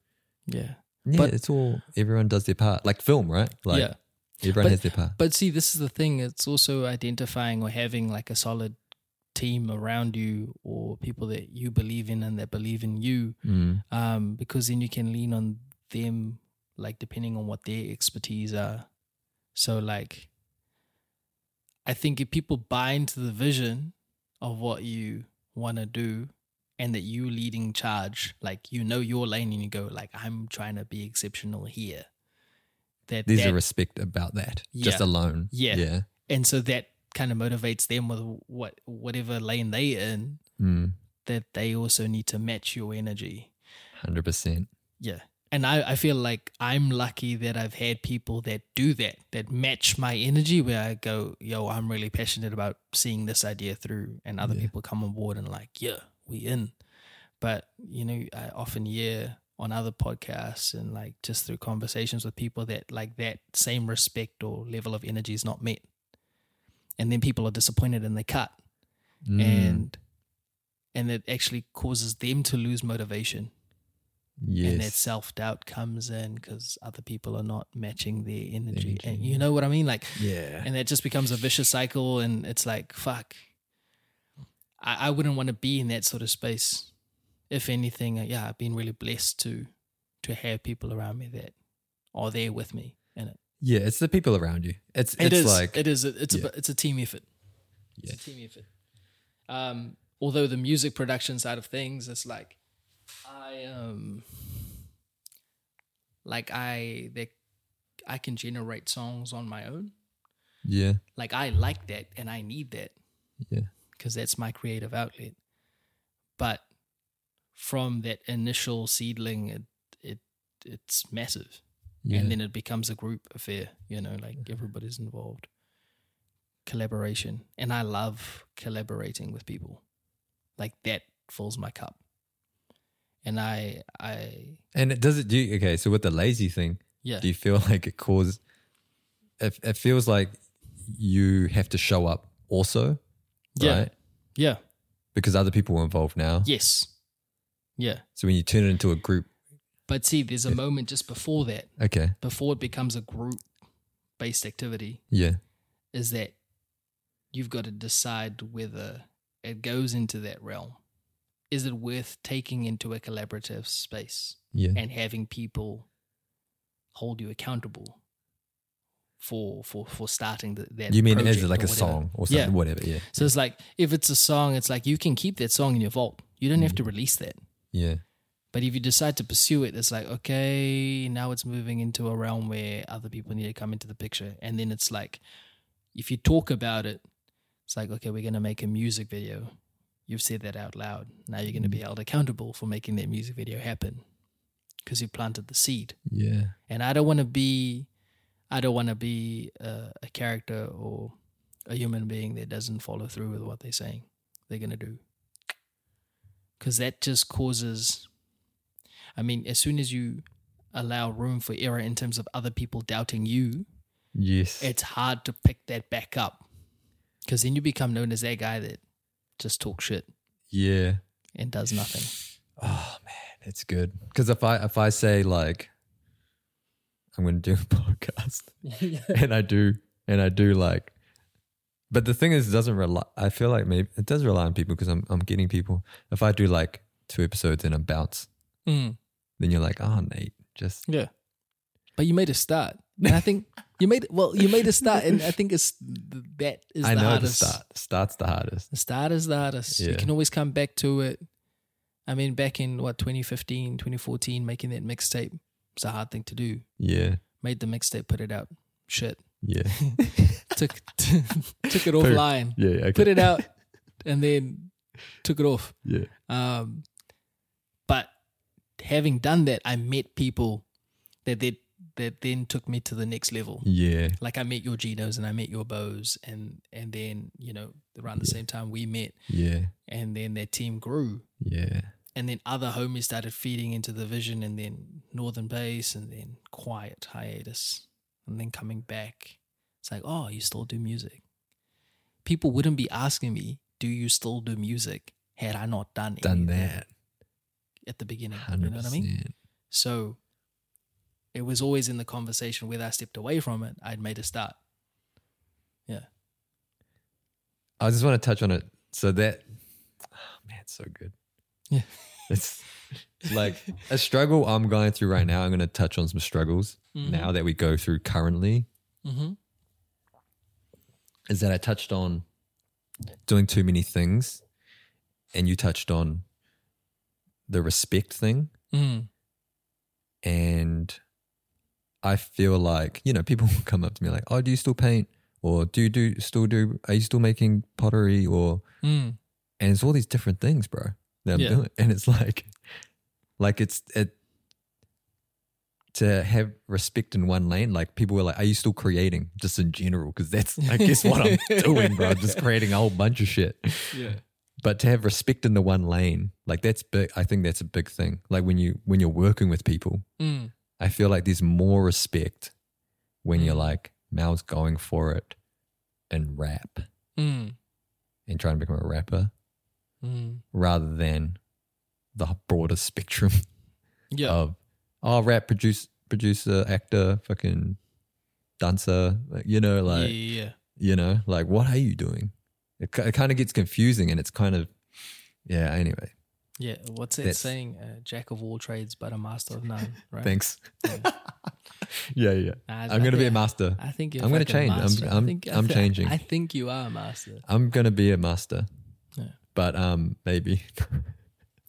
Speaker 2: Yeah.
Speaker 1: Yeah,
Speaker 2: But-
Speaker 1: it's all everyone does their part. Like film, right? Like
Speaker 2: yeah.
Speaker 1: everyone
Speaker 2: But-
Speaker 1: has their part.
Speaker 2: But see, this is the thing. It's also identifying or having like a solid team around you or people that you believe in and that believe in you,
Speaker 1: Mm,
Speaker 2: um, because then you can lean on them, like depending on what their expertise are. So, like, I think if people buy into the vision of what you want to do and that you leading charge, like you know your lane and you go like, I'm trying to be exceptional here. That
Speaker 1: there's
Speaker 2: that-
Speaker 1: a respect about that just
Speaker 2: Yeah.
Speaker 1: alone
Speaker 2: Yeah.
Speaker 1: yeah
Speaker 2: and so that kind of motivates them with what whatever lane they in
Speaker 1: Mm,
Speaker 2: that they also need to match your energy
Speaker 1: 100%
Speaker 2: yeah and I, I feel like i'm lucky that i've had people that do that that match my energy where i go yo i'm really passionate about seeing this idea through and other
Speaker 1: Yeah.
Speaker 2: people come on board and like yeah we in but you know i often hear on other podcasts and like just through conversations with people that like that same respect or level of energy is not met and then people are disappointed and they cut
Speaker 1: Mm,
Speaker 2: and and it actually causes them to lose motivation and that
Speaker 1: yes
Speaker 2: self doubt comes in because other people are not matching their energy.
Speaker 1: Energy,
Speaker 2: And you know what I mean? Like,
Speaker 1: yeah
Speaker 2: and that just becomes a vicious cycle. And it's like, fuck, I, I wouldn't want to be in that sort of space. If anything, uh, yeah, I've been really blessed to to have people around me that are there with me. And it,
Speaker 1: yeah it's the people around you it's
Speaker 2: it
Speaker 1: it's
Speaker 2: is,
Speaker 1: like
Speaker 2: it is, it's
Speaker 1: yeah.
Speaker 2: a, it's a team effort.
Speaker 1: yeah.
Speaker 2: It's a team effort. Um, although the music production side of things, it's like I um like I they I can generate songs on my own.
Speaker 1: yeah
Speaker 2: Like I like that and I need that
Speaker 1: yeah
Speaker 2: because that's my creative outlet. But from that initial seedling, it it it's massive,
Speaker 1: yeah
Speaker 2: and then it becomes a group affair. You know, like everybody's involved. Collaboration, and I love collaborating with people. Like that fills my cup, and I I
Speaker 1: and it does it do you, okay so with the lazy thing
Speaker 2: yeah
Speaker 1: do you feel like it causes it, it feels like you have to show up also
Speaker 2: yeah
Speaker 1: right
Speaker 2: yeah
Speaker 1: because other people were involved now
Speaker 2: yes yeah.
Speaker 1: so when you turn it into a group
Speaker 2: But see, there's a moment just before that,
Speaker 1: okay
Speaker 2: before it becomes a group based activity,
Speaker 1: yeah
Speaker 2: is that you've got to decide whether it goes into that realm. is it worth taking into a collaborative space
Speaker 1: Yeah.
Speaker 2: and having people hold you accountable for for for starting the, that
Speaker 1: you mean is
Speaker 2: project
Speaker 1: it like
Speaker 2: or
Speaker 1: a
Speaker 2: whatever.
Speaker 1: song or
Speaker 2: Yeah.
Speaker 1: something? Whatever. Yeah.
Speaker 2: so it's like if it's a song it's like you can keep that song in your vault you don't have to release that
Speaker 1: Yeah.
Speaker 2: but if you decide to pursue it it's like okay now it's moving into a realm where other people need to come into the picture and then it's like if you talk about it it's like okay we're going to make a music video you've said that out loud now you're going to be
Speaker 1: Mm.
Speaker 2: held accountable for making that music video happen because you planted the seed
Speaker 1: Yeah.
Speaker 2: and I don't want to be, I don't want to be a, a character or a human being that doesn't follow through with what they're saying they're gonna do, because that just causes. I mean, as soon as you allow room for error in terms of other people doubting you,
Speaker 1: Yes.
Speaker 2: it's hard to pick that back up, because then you become known as that guy that just talks shit
Speaker 1: yeah.
Speaker 2: and does nothing.
Speaker 1: Oh man, it's good. Because if I if I say like I'm going to do a podcast and I do and I do like, but the thing is, it doesn't rely. I feel like maybe it does rely on people because I'm I'm getting people. If I do like two episodes and I bounce,
Speaker 2: Mm,
Speaker 1: then you're like, oh Nate, just
Speaker 2: yeah, but you made a start. And I think you made well. You made a start, and I think it's that is
Speaker 1: I
Speaker 2: the
Speaker 1: know
Speaker 2: hardest.
Speaker 1: the start starts the hardest.
Speaker 2: The start is the hardest. You
Speaker 1: Yeah.
Speaker 2: can always come back to it. I mean, back in what 2015, 2014, making that mixtape was a hard thing to do.
Speaker 1: Yeah,
Speaker 2: Made the mixtape, put it out. Shit,
Speaker 1: yeah,
Speaker 2: took took it offline,
Speaker 1: yeah. Okay.
Speaker 2: put it out, and then took it off.
Speaker 1: Yeah,
Speaker 2: Um, but having done that, I met people that that that then took me to the next level
Speaker 1: yeah,
Speaker 2: like I met your Genos and I met your Bows and and then you know around the same time we met
Speaker 1: yeah,
Speaker 2: and then their team grew
Speaker 1: yeah,
Speaker 2: and then other homies started feeding into the vision and then Northern Base and then Quiet Hiatus and then coming back it's like oh you still do music people wouldn't be asking me do you still do music had I not done
Speaker 1: Done
Speaker 2: anything
Speaker 1: that.
Speaker 2: at the beginning you
Speaker 1: Hundred
Speaker 2: know what I mean
Speaker 1: percent.
Speaker 2: so it was always in the conversation whether I stepped away from it I'd made a start
Speaker 1: I just want to touch on it. So that, oh man, it's so good.
Speaker 2: Yeah.
Speaker 1: It's like a struggle I'm going through right now. I'm going to touch on some struggles
Speaker 2: Mhm.
Speaker 1: now that we go through currently.
Speaker 2: mm-hmm.
Speaker 1: Is that I touched on doing too many things, and you touched on the respect thing.
Speaker 2: Mm.
Speaker 1: And I feel like, you know, people will come up to me like, oh, do you still paint? Or do you do still do, are you still making pottery? Or
Speaker 2: Mm.
Speaker 1: and it's all these different things, bro, that I'm
Speaker 2: Yeah.
Speaker 1: doing. And it's like, like it's it to have respect in one lane. Like people were like, "Are you still creating?" Just in general, because that's I guess what I'm doing, bro. I'm just creating a whole bunch of shit.
Speaker 2: Yeah.
Speaker 1: But to have respect in the one lane, like that's big. I think that's a big thing. Like when you when you're working with people,
Speaker 2: Mm.
Speaker 1: I feel like there's more respect when you're
Speaker 2: Mm.
Speaker 1: like Mal's going for it and rap
Speaker 2: Mm.
Speaker 1: and trying to become a rapper
Speaker 2: Mm.
Speaker 1: rather than the broader spectrum
Speaker 2: Yeah.
Speaker 1: of oh rap produce, producer actor fucking dancer like, you know Oh, like
Speaker 2: yeah. Yeah.
Speaker 1: you know like what are you doing it, ki- it kind of gets confusing and it's kind of yeah anyway
Speaker 2: Yeah. What's it
Speaker 1: That's-
Speaker 2: saying? Uh, Jack of all trades, but a master of none. Right.
Speaker 1: thanks
Speaker 2: Yeah.
Speaker 1: yeah yeah
Speaker 2: Nah,
Speaker 1: i'm gonna be a
Speaker 2: think-
Speaker 1: master
Speaker 2: I think you're
Speaker 1: I'm gonna
Speaker 2: fucking a
Speaker 1: change. I'm-
Speaker 2: master. I
Speaker 1: I'm-
Speaker 2: think- I
Speaker 1: I'm
Speaker 2: thi-
Speaker 1: changing.
Speaker 2: I think you are a master.
Speaker 1: i'm gonna be a master
Speaker 2: Yeah.
Speaker 1: but um maybe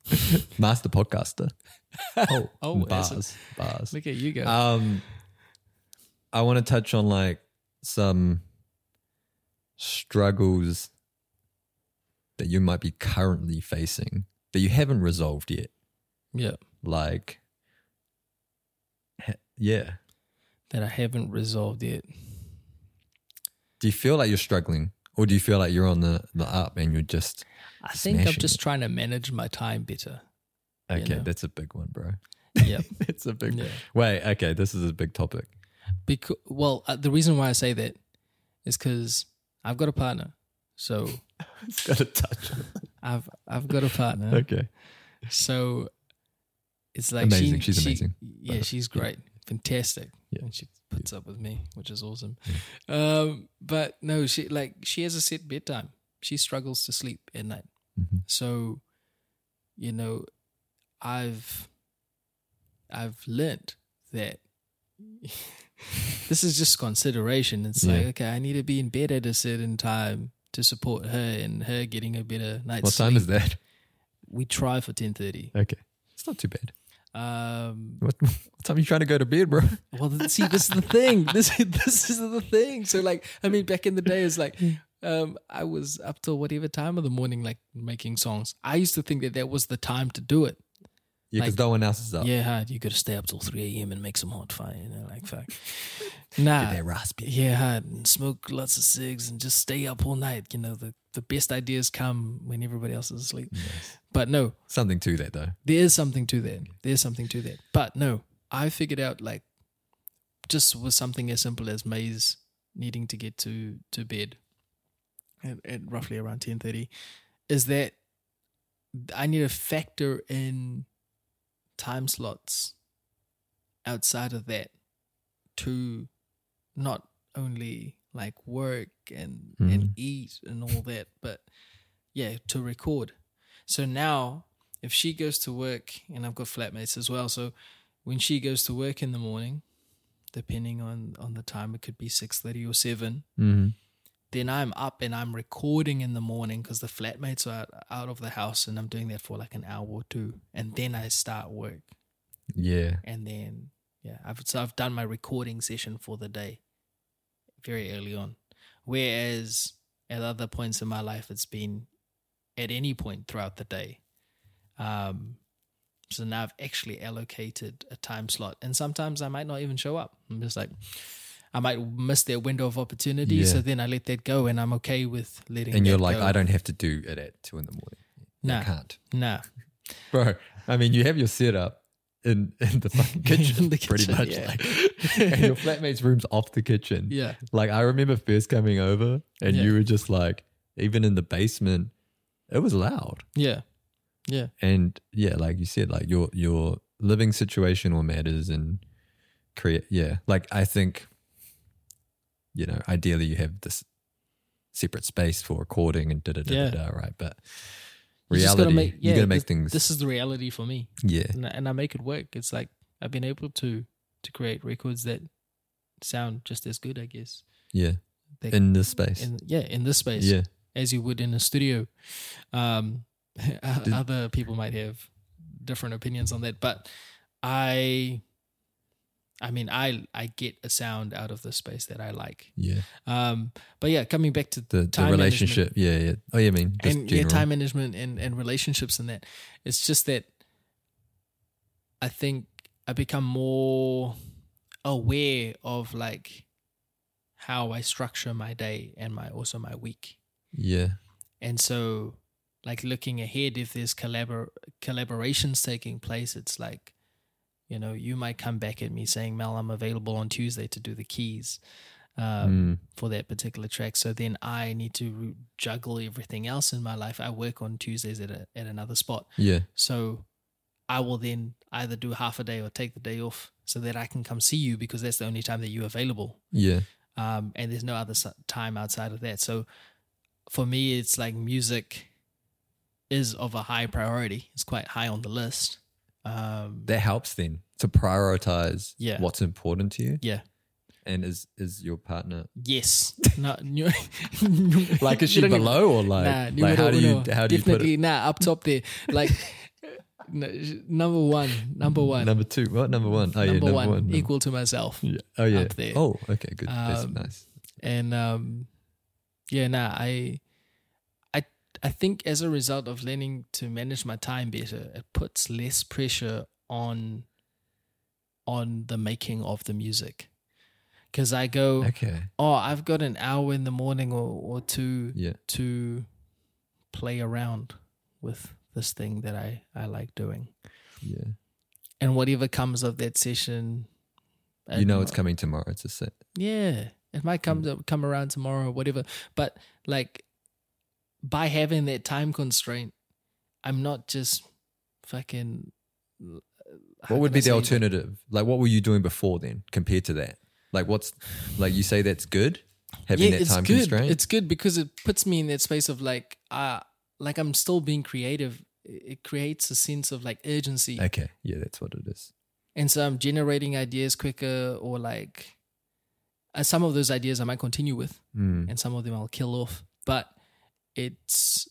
Speaker 1: master podcaster oh,
Speaker 2: Oh, that's a-
Speaker 1: bars bars
Speaker 2: Look at you go.
Speaker 1: Um, I want to touch on like some struggles that you might be currently facing that you haven't resolved yet.
Speaker 2: yeah.
Speaker 1: Like, ha- yeah,
Speaker 2: That I haven't resolved yet.
Speaker 1: do you feel like you're struggling, or do you feel like you're on the the up and you're just
Speaker 2: I think I'm
Speaker 1: Smashing
Speaker 2: just trying to manage my time better. You
Speaker 1: okay?
Speaker 2: know.
Speaker 1: That's a big one, bro.
Speaker 2: Yep.
Speaker 1: it's a big
Speaker 2: Yeah.
Speaker 1: wait. Okay, this is a big topic.
Speaker 2: Because well, uh, the reason why I say that is because I've got a partner. So
Speaker 1: It's got to touch. on it.
Speaker 2: I've I've got a partner.
Speaker 1: Okay.
Speaker 2: So it's like
Speaker 1: Amazing.
Speaker 2: She,
Speaker 1: She's
Speaker 2: she-
Speaker 1: amazing. Uh,
Speaker 2: Yeah, she's great, fantastic,
Speaker 1: Yeah.
Speaker 2: and she puts up with me, which is awesome. Um, but no, she
Speaker 1: Mm-hmm.
Speaker 2: like she has a set bedtime. She struggles to sleep at night,
Speaker 1: Mhm.
Speaker 2: so you know, I've I've learnt that this is just consideration. It's like,
Speaker 1: Yeah.
Speaker 2: okay, I need to be in bed at a certain time to support her and her getting a better night's
Speaker 1: what time
Speaker 2: sleep.
Speaker 1: is that?
Speaker 2: we try for ten thirty.
Speaker 1: Okay. It's not too bad.
Speaker 2: Um
Speaker 1: What, what time are you trying to go to bed, bro?
Speaker 2: Well, th- see, this is the thing. This this is the thing. So, like, I mean, back in the day, it's like, um, I was up till whatever time of the morning, like making songs. I used to think that that was the time to do it.
Speaker 1: Yeah, because
Speaker 2: Like-
Speaker 1: no one else is up.
Speaker 2: Yeah, hard. You got to stay up till three a.m. and make some hot fire. You know, like fuck. Nah.
Speaker 1: They're raspy.
Speaker 2: Yeah, hard. And smoke lots of cigs and just stay up all night. You know, the the best ideas come when everybody else is asleep. But no,
Speaker 1: Something to that though.
Speaker 2: there is something to that. There's something to that. But no, I figured out like just with something as simple as Maze needing to get to to bed at, at roughly around ten thirty, is that I need to factor in time slots outside of that to not only like work and and
Speaker 1: Mhm.
Speaker 2: eat and all that, but yeah, to record. So now if she goes to work and I've got flatmates as well, so when she goes to work in the morning, depending on on the time, it could be six thirty or seven.
Speaker 1: Mm-hmm.
Speaker 2: Then I'm up and I'm recording in the morning because the flatmates are out, out of the house, and I'm doing that for like an hour or two, and then I start work,
Speaker 1: Yeah.
Speaker 2: and then yeah, I've so I've done my recording session for the day, very early on. Whereas at other points in my life, it's been at any point throughout the day. Um, so now I've actually allocated a time slot, and sometimes I might not even show up. I'm just like, I might miss their window of opportunity,
Speaker 1: Yeah.
Speaker 2: so then I let that go, and I'm okay with letting.
Speaker 1: And you're
Speaker 2: that
Speaker 1: like,
Speaker 2: go.
Speaker 1: I don't have to do it at two in the morning. I
Speaker 2: nah,
Speaker 1: can't.
Speaker 2: nah.
Speaker 1: Bro, I mean, you have your setup in, in the fucking kitchen,
Speaker 2: In the
Speaker 1: pretty
Speaker 2: kitchen,
Speaker 1: much.
Speaker 2: yeah.
Speaker 1: Like, and your flatmate's room's off the kitchen.
Speaker 2: Yeah,
Speaker 1: Like, I remember first coming over and
Speaker 2: Yeah.
Speaker 1: you were just like, even in the basement, it was loud.
Speaker 2: yeah,
Speaker 1: And yeah, like you said, like your your living situation all matters and create. Yeah, like I think, you know, ideally you have this separate space for recording and da da da
Speaker 2: Yeah.
Speaker 1: da, right? But
Speaker 2: You just gotta
Speaker 1: reality,
Speaker 2: make-
Speaker 1: you
Speaker 2: yeah,
Speaker 1: gotta make things.
Speaker 2: this is the reality for me,
Speaker 1: yeah,
Speaker 2: and I, and I make it work. It's like I've been able to to create records that sound just as good, I guess.
Speaker 1: yeah,
Speaker 2: They-
Speaker 1: in this space.
Speaker 2: in, yeah, in this space,
Speaker 1: yeah,
Speaker 2: as you would in a studio. Um,
Speaker 1: Did-
Speaker 2: other people might have different opinions on that, but I, I mean, I I get a sound out of the space that I like.
Speaker 1: yeah.
Speaker 2: Um, but yeah, coming back to
Speaker 1: The the
Speaker 2: Time management.
Speaker 1: relationship. Yeah, yeah. Oh, yeah. I mean, just
Speaker 2: and yeah,
Speaker 1: general.
Speaker 2: time management and, and relationships and that. It's just that I think I become more aware of like how I structure my day and my also my week.
Speaker 1: Yeah,
Speaker 2: And so like looking ahead if there's collabor- collaborations taking place, it's like, you know, you might come back at me saying, Mel, I'm available on Tuesday to do the keys. Um,
Speaker 1: Mm.
Speaker 2: for that particular track. So then I need to re- juggle everything else in my life. I work on Tuesdays at a, at another spot,
Speaker 1: yeah,
Speaker 2: so I will then either do half a day or take the day off so that I can come see you because that's the only time that you're available.
Speaker 1: yeah.
Speaker 2: Um, and there's no other s- time outside of that. So for me, it's like music is of a high priority. It's quite high on the list. Um,
Speaker 1: That helps then to prioritize.
Speaker 2: Yeah.
Speaker 1: what's important to you?
Speaker 2: Yeah.
Speaker 1: and is is your partner
Speaker 2: yes. No, no,
Speaker 1: like is she
Speaker 2: You don't even-
Speaker 1: below or like,
Speaker 2: nah, numero
Speaker 1: like how do you
Speaker 2: uno.
Speaker 1: how do you put
Speaker 2: definitely
Speaker 1: it?
Speaker 2: nah up top there like n- number one number one
Speaker 1: Number two. What number one? Oh yeah,
Speaker 2: number
Speaker 1: number
Speaker 2: one,
Speaker 1: one. number-
Speaker 2: equal to myself
Speaker 1: Yeah. Oh yeah.
Speaker 2: up there.
Speaker 1: Oh okay, good. That's
Speaker 2: Um,
Speaker 1: nice.
Speaker 2: and um yeah nah I I I think as a result of learning to manage my time better it puts less pressure on on the making of the music because I go
Speaker 1: Okay.
Speaker 2: oh I've got an hour in the morning or, or two
Speaker 1: Yeah.
Speaker 2: to play around with this thing that I, I like doing.
Speaker 1: Yeah.
Speaker 2: And whatever comes of that session, it
Speaker 1: You know it's Hmm.
Speaker 2: mi-
Speaker 1: coming tomorrow. It's a set.
Speaker 2: yeah, it might come to, come around tomorrow or whatever. But like by having that time constraint, I'm not just fucking.
Speaker 1: What would be the alternative? Like what were you doing before then compared to that? Like what's like you say that's good? Having that
Speaker 2: it's
Speaker 1: time
Speaker 2: good.
Speaker 1: constraint?
Speaker 2: It's good because it puts me in that space of like, uh, like I'm still being creative it it creates a sense of like urgency.
Speaker 1: Okay. Yeah, that's what it is.
Speaker 2: and so I'm generating ideas quicker, or like uh, some of those ideas I might continue with,
Speaker 1: Mm.
Speaker 2: and some of them I'll kill off. But it's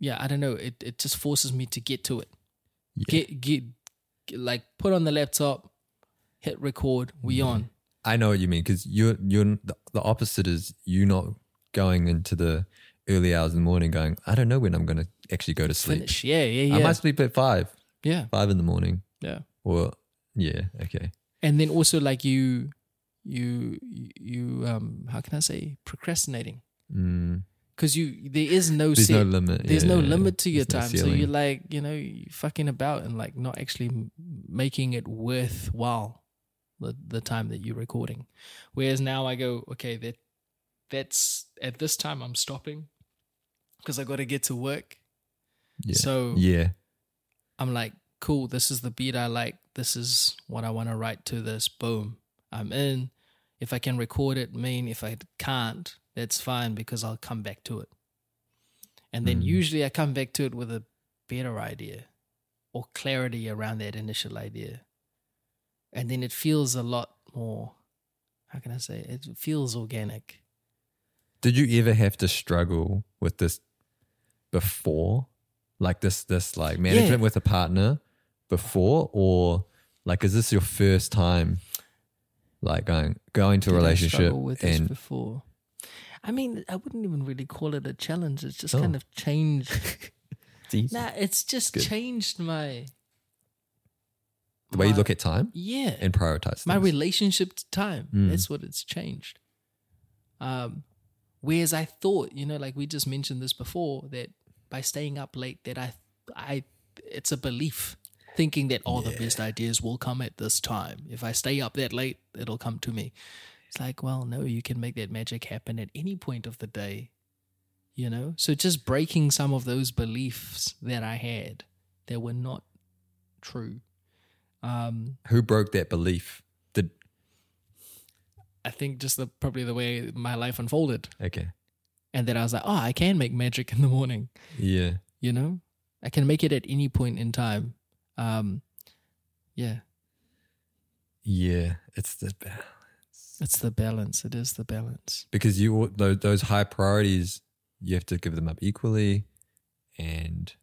Speaker 2: yeah, I don't know. It it just forces me to get to it.
Speaker 1: Yeah.
Speaker 2: Get get, get like put on the laptop, hit record. We
Speaker 1: Hmm.
Speaker 2: on.
Speaker 1: I know what you mean because you're you're the, the opposite is you not going into the early hours in the morning going I don't know when I'm going to actually go to sleep.
Speaker 2: Finish. Yeah, yeah,
Speaker 1: I
Speaker 2: yeah,
Speaker 1: might sleep at five
Speaker 2: yeah,
Speaker 1: five in the morning
Speaker 2: yeah.
Speaker 1: or yeah okay
Speaker 2: And then also like you, you, you. Um, how can I say procrastinating?
Speaker 1: mm,
Speaker 2: Because you there is no
Speaker 1: there's
Speaker 2: set
Speaker 1: no limit
Speaker 2: there's
Speaker 1: Yeah,
Speaker 2: no
Speaker 1: yeah,
Speaker 2: limit to your
Speaker 1: There's no
Speaker 2: time so
Speaker 1: ceiling.
Speaker 2: you're like you know you fucking about and like not actually m- making it worthwhile the, the time that you're recording whereas now i go okay that that's at this time i'm stopping because i got to get to work
Speaker 1: yeah.
Speaker 2: so
Speaker 1: yeah
Speaker 2: i'm like cool this is the beat i like this is what i want to write to this boom i'm in if i can record it mean if i can't that's fine because i'll come back to it and then
Speaker 1: Mm.
Speaker 2: usually i come back to it with a better idea or clarity around that initial idea and then it feels a lot more how can i say it feels organic
Speaker 1: Did you ever have to struggle with this before? Like this this like management
Speaker 2: Yeah.
Speaker 1: with a partner before or like is this your first time like going going to a
Speaker 2: Did I
Speaker 1: relationship
Speaker 2: struggle with this
Speaker 1: and
Speaker 2: before. I mean, I wouldn't even really call it a challenge. It's just
Speaker 1: Oh.
Speaker 2: kind of changed. nah, it's just changed my
Speaker 1: the way you
Speaker 2: my-
Speaker 1: look at time
Speaker 2: Yeah,
Speaker 1: and prioritize
Speaker 2: my
Speaker 1: things?
Speaker 2: relationship to time.
Speaker 1: Mm.
Speaker 2: That's what it's changed. Um, whereas I thought, you know, like we just mentioned this before, that by staying up late, that I, I, it's a belief, thinking that all the best ideas will come at this time. If I stay up that late, it'll come to me. It's like, well, no, you can make that magic happen at any point of the day, you know. So just breaking some of those beliefs that I had that were not true. Um,
Speaker 1: Who broke that belief? Did
Speaker 2: I think just the probably the way my life unfolded,
Speaker 1: okay.
Speaker 2: and that I was like, oh, I can make magic in the morning.
Speaker 1: Yeah.
Speaker 2: You know, I can make it at any point in time. Um, yeah,
Speaker 1: Yeah. It's the
Speaker 2: it's the balance. It is the balance.
Speaker 1: because you all- tho- those high priorities you have to give them up equally and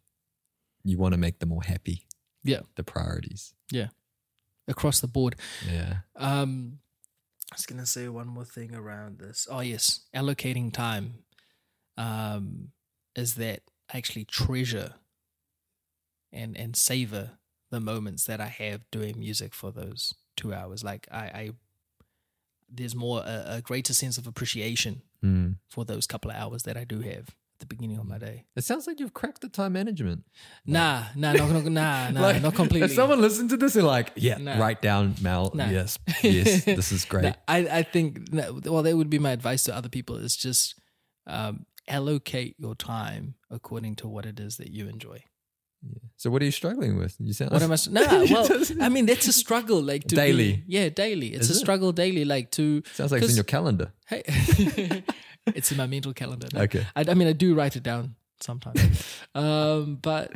Speaker 1: you want to make them all happy
Speaker 2: Yeah.
Speaker 1: the priorities
Speaker 2: across the board.
Speaker 1: yeah
Speaker 2: Um, I was gonna say one more thing around this. Oh yes, allocating time. Um, is that I actually treasure and and savor the moments that I have doing music for those two hours. Like I, I there's more a, a greater sense of appreciation
Speaker 1: Mm.
Speaker 2: for those couple of hours that I do have at the beginning of my day.
Speaker 1: it sounds like you've cracked the time management
Speaker 2: Nah, nah, not, not, nah, nah,
Speaker 1: Like,
Speaker 2: not completely.
Speaker 1: if someone listened to this they're like yeah
Speaker 2: Nah.
Speaker 1: write down mal
Speaker 2: Nah.
Speaker 1: yes yes this is great
Speaker 2: No, I, I think no, well that would be my advice to other people is just um, allocate your time according to what it is that you enjoy.
Speaker 1: so what are you struggling with you sound
Speaker 2: What am I? No,
Speaker 1: You
Speaker 2: well,
Speaker 1: just-
Speaker 2: I mean that's a struggle like to
Speaker 1: Daily.
Speaker 2: be- yeah, daily. It's
Speaker 1: Is it?
Speaker 2: a struggle daily, like to
Speaker 1: sounds like it's in
Speaker 2: 'cause-
Speaker 1: your calendar
Speaker 2: hey, it's in my mental calendar. no.
Speaker 1: okay
Speaker 2: I, I mean I do write it down sometimes, um, but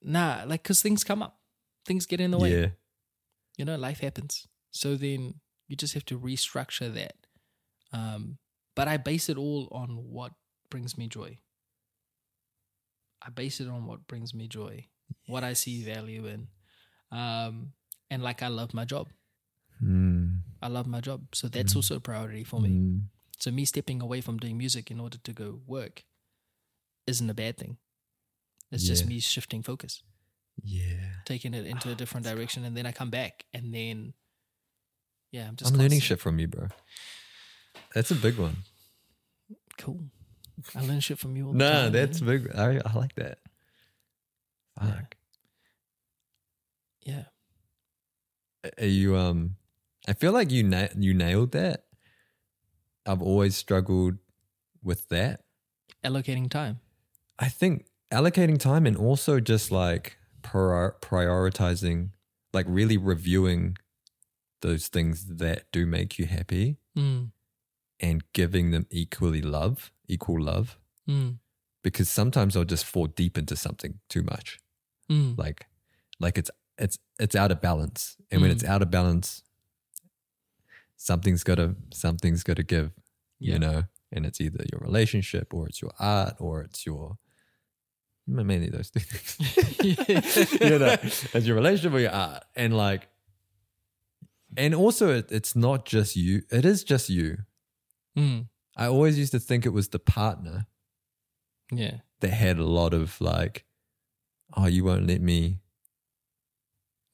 Speaker 2: nah, like because things come up, things get in the way.
Speaker 1: yeah
Speaker 2: you know life happens so then you just have to restructure that um but i base it all on what brings me joy i base it on what brings me joy what i see value in um and like i love my job
Speaker 1: Mm.
Speaker 2: i love my job so that's
Speaker 1: Mm.
Speaker 2: also a priority for me
Speaker 1: Mm.
Speaker 2: so me stepping away from doing music in order to go work isn't a bad thing it's just
Speaker 1: Yeah.
Speaker 2: me shifting focus
Speaker 1: yeah
Speaker 2: taking it into a different direction and then I come back and then yeah, I'm just
Speaker 1: i'm learning
Speaker 2: constant-
Speaker 1: shit from you bro that's a big one
Speaker 2: Cool. I learn shit from you all the
Speaker 1: No,
Speaker 2: time.
Speaker 1: that's
Speaker 2: man.
Speaker 1: big. I, I like that.
Speaker 2: Yeah.
Speaker 1: Fuck.
Speaker 2: yeah.
Speaker 1: Are you um? I feel like you na- you nailed that. I've always struggled with that.
Speaker 2: Allocating time.
Speaker 1: I think allocating time and also just like prior- prioritizing, like really reviewing those things that do make you happy
Speaker 2: Mm.
Speaker 1: and giving them equally love, equal love.
Speaker 2: Mm.
Speaker 1: Because sometimes I'll just fall deep into something too much.
Speaker 2: Mm.
Speaker 1: like like it's it's it's out of balance and when
Speaker 2: Mm.
Speaker 1: it's out of balance something's got to something's got to give
Speaker 2: Yeah.
Speaker 1: you know and it's either your relationship or it's your art or it's your mainly those two things
Speaker 2: Yeah.
Speaker 1: you know it's your relationship or your art and like and also it, it's not just you it is just you
Speaker 2: Mm.
Speaker 1: i always used to think it was the partner
Speaker 2: Yeah.
Speaker 1: that had a lot of like oh you won't let me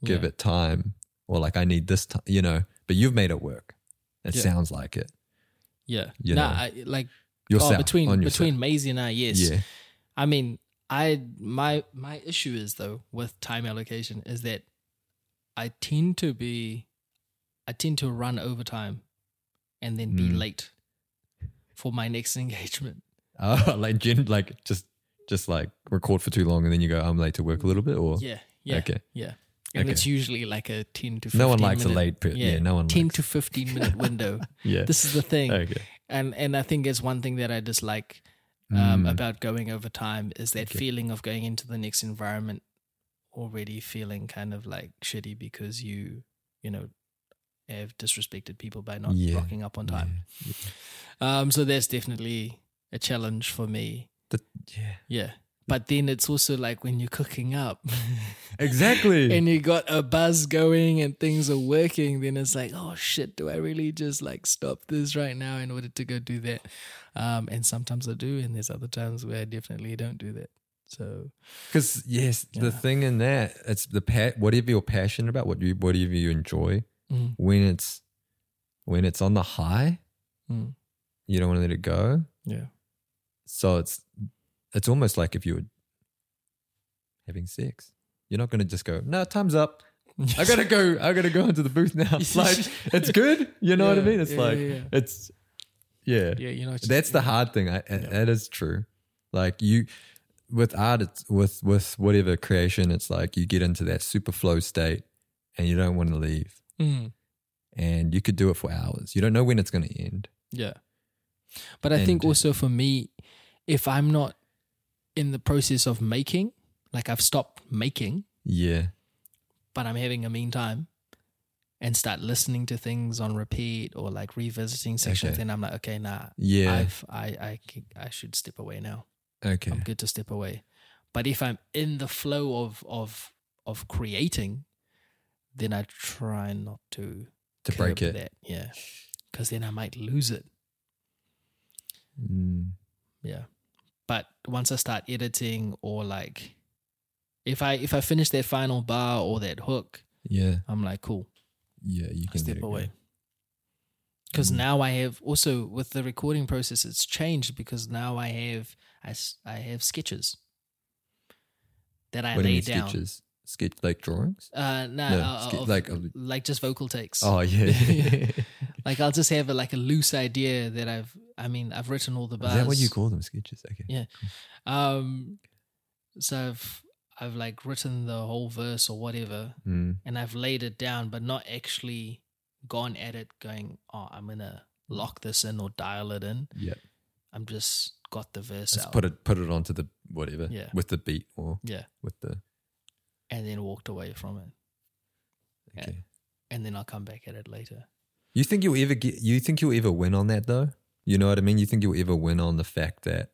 Speaker 1: give
Speaker 2: Yeah.
Speaker 1: it time or like I need this time, you know, but you've made it work. It
Speaker 2: Yeah.
Speaker 1: sounds like it.
Speaker 2: Yeah.
Speaker 1: you
Speaker 2: nah,
Speaker 1: know.
Speaker 2: I, like
Speaker 1: Yourself
Speaker 2: oh, between
Speaker 1: on yourself.
Speaker 2: between Maisie and I, yes.
Speaker 1: Yeah.
Speaker 2: I mean, I my my issue is though with time allocation is that I tend to be I tend to run over time and then be
Speaker 1: Mm.
Speaker 2: late for my next engagement.
Speaker 1: Oh, like Jen, like just just like record for too long and then you go, I'm late to work a little bit or
Speaker 2: Yeah. Yeah.
Speaker 1: okay.
Speaker 2: Yeah. And
Speaker 1: Okay.
Speaker 2: it's usually like a 10 to 15
Speaker 1: No one likes
Speaker 2: minute,
Speaker 1: a late bit. Yeah. no one
Speaker 2: 10
Speaker 1: likes
Speaker 2: to 15 minute window.
Speaker 1: Yeah.
Speaker 2: This is the thing.
Speaker 1: okay.
Speaker 2: And and I think it's one thing that I dislike um,
Speaker 1: Mm,
Speaker 2: about going over time is that
Speaker 1: Okay.
Speaker 2: feeling of going into the next environment already feeling kind of like shitty because you you know have disrespected people by not
Speaker 1: Yeah.
Speaker 2: rocking up on time.
Speaker 1: Yeah.
Speaker 2: Um, so that's definitely a challenge for me.
Speaker 1: The- yeah.
Speaker 2: Yeah. But then it's also like when you're cooking up
Speaker 1: Exactly.
Speaker 2: and you got a buzz going and things are working, then it's like, oh shit, do I really just like stop this right now in order to go do that? Um, and sometimes I do, and there's other times where I definitely don't do that. So
Speaker 1: Because yes,
Speaker 2: Yeah.
Speaker 1: the thing in that it's the pat whatever you're passionate about, what you whatever you enjoy, when it's when it's on the high,
Speaker 2: Mm.
Speaker 1: you don't want to let it go.
Speaker 2: yeah,
Speaker 1: So it's it's almost like if you were having sex. You're not gonna just go, no, time's up. I gotta go, I gotta go into the booth now. like it's good. You know what
Speaker 2: Yeah,
Speaker 1: I mean? It's
Speaker 2: yeah,
Speaker 1: like
Speaker 2: yeah, yeah.
Speaker 1: it's yeah.
Speaker 2: yeah, you know, it's-
Speaker 1: That's the hard thing. I, I- That is true. Like you with art, it's with with whatever creation, it's like you get into that super flow state and you don't want to leave.
Speaker 2: Mm,
Speaker 1: And you could do it for hours. You don't know when it's gonna end.
Speaker 2: yeah. But I think
Speaker 1: And-
Speaker 2: also for me, if I'm not in the process of making, like I've stopped making,
Speaker 1: Yeah.
Speaker 2: but I'm having a mean time and start listening to things on repeat or like revisiting sections,
Speaker 1: Okay.
Speaker 2: then I'm like, okay, nah,
Speaker 1: Yeah.
Speaker 2: I've, I, I, c- I should step away now.
Speaker 1: okay.
Speaker 2: I'm good to step away. But if I'm in the flow of, of, of creating, then I try not to,
Speaker 1: to
Speaker 2: curb
Speaker 1: break it.
Speaker 2: That. Yeah. Cause then I might lose it.
Speaker 1: Mm.
Speaker 2: Yeah. But once I start editing or like, if I, if I finish that final bar or that hook,
Speaker 1: Yeah.
Speaker 2: I'm like, cool.
Speaker 1: Yeah, you
Speaker 2: I
Speaker 1: can let
Speaker 2: step
Speaker 1: it go.
Speaker 2: away. Because
Speaker 1: Mm.
Speaker 2: now I have also with the recording process, it's changed because now I have I, s- I have sketches that I
Speaker 1: What do you
Speaker 2: lay
Speaker 1: mean
Speaker 2: down.
Speaker 1: sketches? Sketch like drawings?
Speaker 2: Uh, no,
Speaker 1: No,
Speaker 2: uh,
Speaker 1: ske-
Speaker 2: of- like
Speaker 1: like of-
Speaker 2: just vocal takes.
Speaker 1: Oh yeah.
Speaker 2: Yeah. Like I'll just have a, like a loose idea that I've. I mean, I've written all the bars.
Speaker 1: Is that what you call them? Sketches. Okay.
Speaker 2: Yeah. Um, so I've I've like written the whole verse or whatever,
Speaker 1: Mm,
Speaker 2: and I've laid it down, but not actually gone at it going, oh, I'm going to lock this in or dial it in.
Speaker 1: yeah.
Speaker 2: I'm just got the verse
Speaker 1: Just
Speaker 2: out
Speaker 1: put it put it onto the whatever.
Speaker 2: Yeah.
Speaker 1: With the beat or
Speaker 2: Yeah.
Speaker 1: with the
Speaker 2: and then walked away from it. Yeah.
Speaker 1: okay.
Speaker 2: And then I'll come back at it later.
Speaker 1: You think you'll ever get you think you'll ever win on that though? You know what I mean? You think you'll ever win on the fact that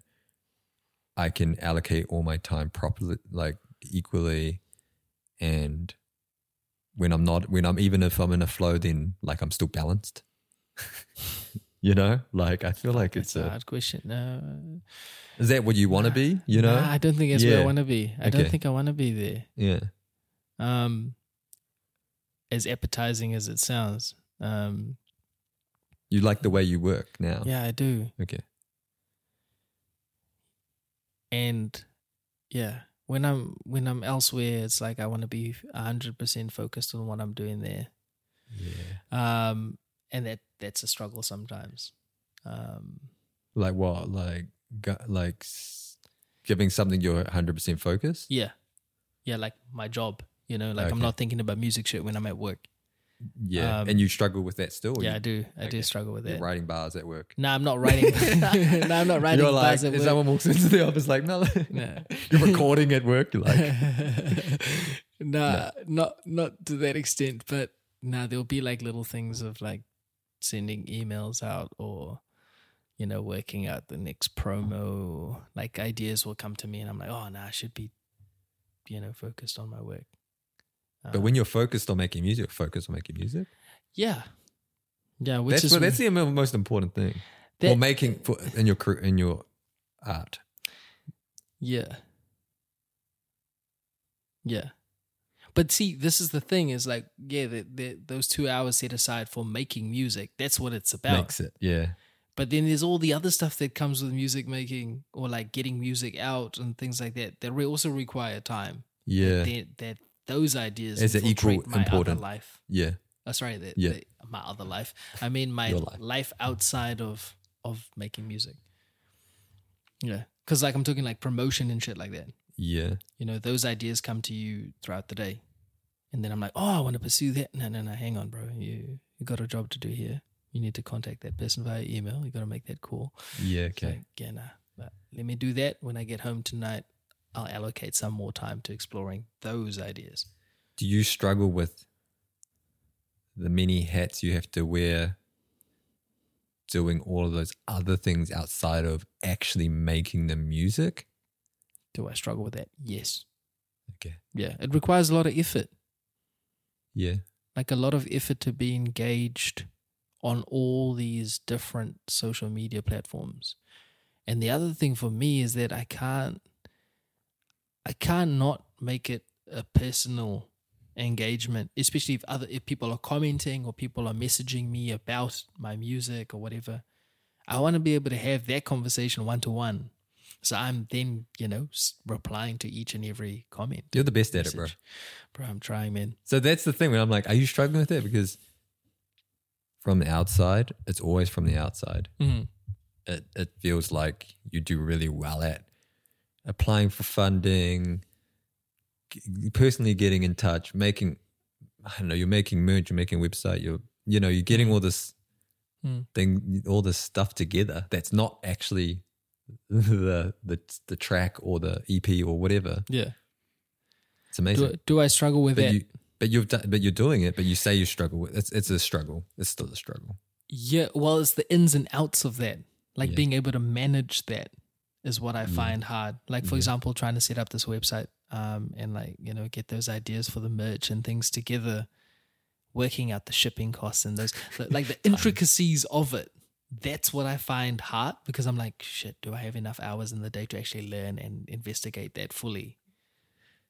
Speaker 1: I can allocate all my time properly like equally and when I'm not when I'm even if I'm in a flow then like I'm still balanced. you know? Like I feel like it's
Speaker 2: That's a
Speaker 1: a
Speaker 2: hard question. No,
Speaker 1: Is that what you want to be? You know?
Speaker 2: Nah, I don't think that's where I
Speaker 1: Yeah.
Speaker 2: want to be. I don't
Speaker 1: Okay.
Speaker 2: think I want to be there.
Speaker 1: Yeah.
Speaker 2: Um, as appetizing as it sounds. Um,
Speaker 1: You like the way you work now.
Speaker 2: yeah, I do.
Speaker 1: Okay.
Speaker 2: and yeah when i'm when i'm elsewhere it's like i want to be 100% focused on what i'm doing there
Speaker 1: Yeah.
Speaker 2: um and that that's a struggle sometimes um
Speaker 1: Like what? Like gu- like s- giving something you're 100% focused?
Speaker 2: yeah yeah like my job you know like i'm
Speaker 1: Okay.
Speaker 2: not thinking about music shit when i'm at work
Speaker 1: Yeah.
Speaker 2: Um,
Speaker 1: and you struggle with that still? or
Speaker 2: yeah,
Speaker 1: you-
Speaker 2: I do. I
Speaker 1: okay.
Speaker 2: do struggle with
Speaker 1: You're
Speaker 2: that.
Speaker 1: writing bars at work.
Speaker 2: No, I'm not writing. no, I'm not writing
Speaker 1: You're like,
Speaker 2: bars at
Speaker 1: if
Speaker 2: work.
Speaker 1: someone walks into the office, like, no,
Speaker 2: No.
Speaker 1: you're recording at work. You're like,
Speaker 2: nah, not not to that extent, but nah, there'll be like little things of like sending emails out or you know working out the next promo. Like ideas will come to me, and I'm like, oh nah, I should be you know focused on my work. Um,
Speaker 1: but when you're focused on making music, you're focused on making music.
Speaker 2: yeah, yeah, which
Speaker 1: That's
Speaker 2: is
Speaker 1: what, that's the mo- most important thing.
Speaker 2: that-
Speaker 1: or making for, in your career, in your art.
Speaker 2: Yeah. Yeah. But see, this is the thing is like, yeah, the, the, those two hours set aside for making music, that's what it's about.
Speaker 1: Makes it. Yeah.
Speaker 2: But then there's all the other stuff that comes with music making or like getting music out and things like that that re- also require time.
Speaker 1: Yeah.
Speaker 2: That, that those ideas
Speaker 1: Is it equal
Speaker 2: infiltrate my
Speaker 1: important?
Speaker 2: other life.
Speaker 1: Yeah.
Speaker 2: Oh, sorry, the,
Speaker 1: Yeah.
Speaker 2: the, my other life. I mean, my
Speaker 1: Your
Speaker 2: life.
Speaker 1: life.
Speaker 2: outside of of making music. Yeah, because like I'm talking like promotion and shit like that.
Speaker 1: Yeah.
Speaker 2: You know, those ideas come to you throughout the day, and then I'm like, oh, I want to pursue that. No, no, no, hang on, bro. You you got a job to do here. You need to contact that person via email. You got to make that call.
Speaker 1: Yeah.
Speaker 2: It's
Speaker 1: Okay.
Speaker 2: Like, yeah, nah, but let me do that. When I get home tonight, I'll allocate some more time to exploring those ideas.
Speaker 1: do you struggle with the many hats you have to wear doing all of those other things outside of actually making the music
Speaker 2: Do I struggle with that? Yes.
Speaker 1: okay
Speaker 2: Yeah, it requires a lot of effort.
Speaker 1: yeah
Speaker 2: like a lot of effort to be engaged on all these different social media platforms. And the other thing for me is that I can't I can't not make it a personal engagement, especially if other if people are commenting or people are messaging me about my music or whatever. I want to be able to have that conversation one to one. So I'm then, you know, s- replying to each and every comment.
Speaker 1: you're the best at it bro
Speaker 2: message. Bro, I'm trying, man.
Speaker 1: so that's the thing when i'm like are you struggling with that because from the outside it's always from the outside it, it feels like you do really well at applying for funding, g- personally getting in touch, making I don't know, you're making merch, you're making website, you're you know, you're getting all this
Speaker 2: Mm.
Speaker 1: thing, all this stuff together that's not actually the the the track or the EP or whatever.
Speaker 2: Yeah.
Speaker 1: It's amazing.
Speaker 2: do, do I struggle with
Speaker 1: but
Speaker 2: that?
Speaker 1: you but you've done but you're doing it, but you say you struggle with it's it's a struggle. It's still a struggle.
Speaker 2: yeah, well, it's the ins and outs of that. Like
Speaker 1: Yeah.
Speaker 2: being able to manage that is what I
Speaker 1: Mm.
Speaker 2: find hard. Like for
Speaker 1: Yeah.
Speaker 2: example, trying to set up this website um, and like you know get those ideas for the merch and things together, working out the shipping costs and those like the intricacies of it. That's what I find hard because I'm like, shit, do I have enough hours in the day to actually learn and investigate that fully?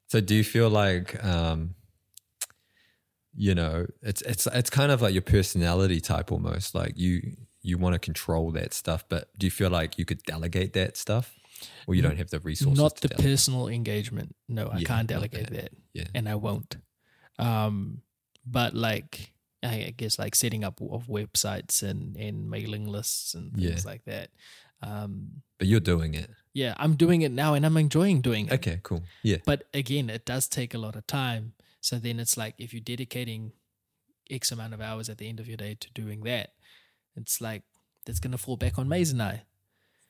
Speaker 1: So do you feel like um you know, it's it's it's kind of like your personality type almost. Like you you want to control that stuff, but do you feel like you could delegate that stuff? Or you don't have the resources
Speaker 2: Not
Speaker 1: to
Speaker 2: the
Speaker 1: delegate?
Speaker 2: personal engagement. No, I
Speaker 1: Yeah,
Speaker 2: can't
Speaker 1: not
Speaker 2: delegate
Speaker 1: that.
Speaker 2: that.
Speaker 1: Yeah.
Speaker 2: and I won't. Um, but like I guess like setting up of websites and and mailing lists and things like that. Um,
Speaker 1: But you're doing it.
Speaker 2: yeah, I'm doing it now and I'm enjoying doing it.
Speaker 1: Okay, cool. Yeah.
Speaker 2: But again, it does take a lot of time. So then it's like if you're dedicating X amount of hours at the end of your day to doing that, it's like that's gonna fall back on Maze and I.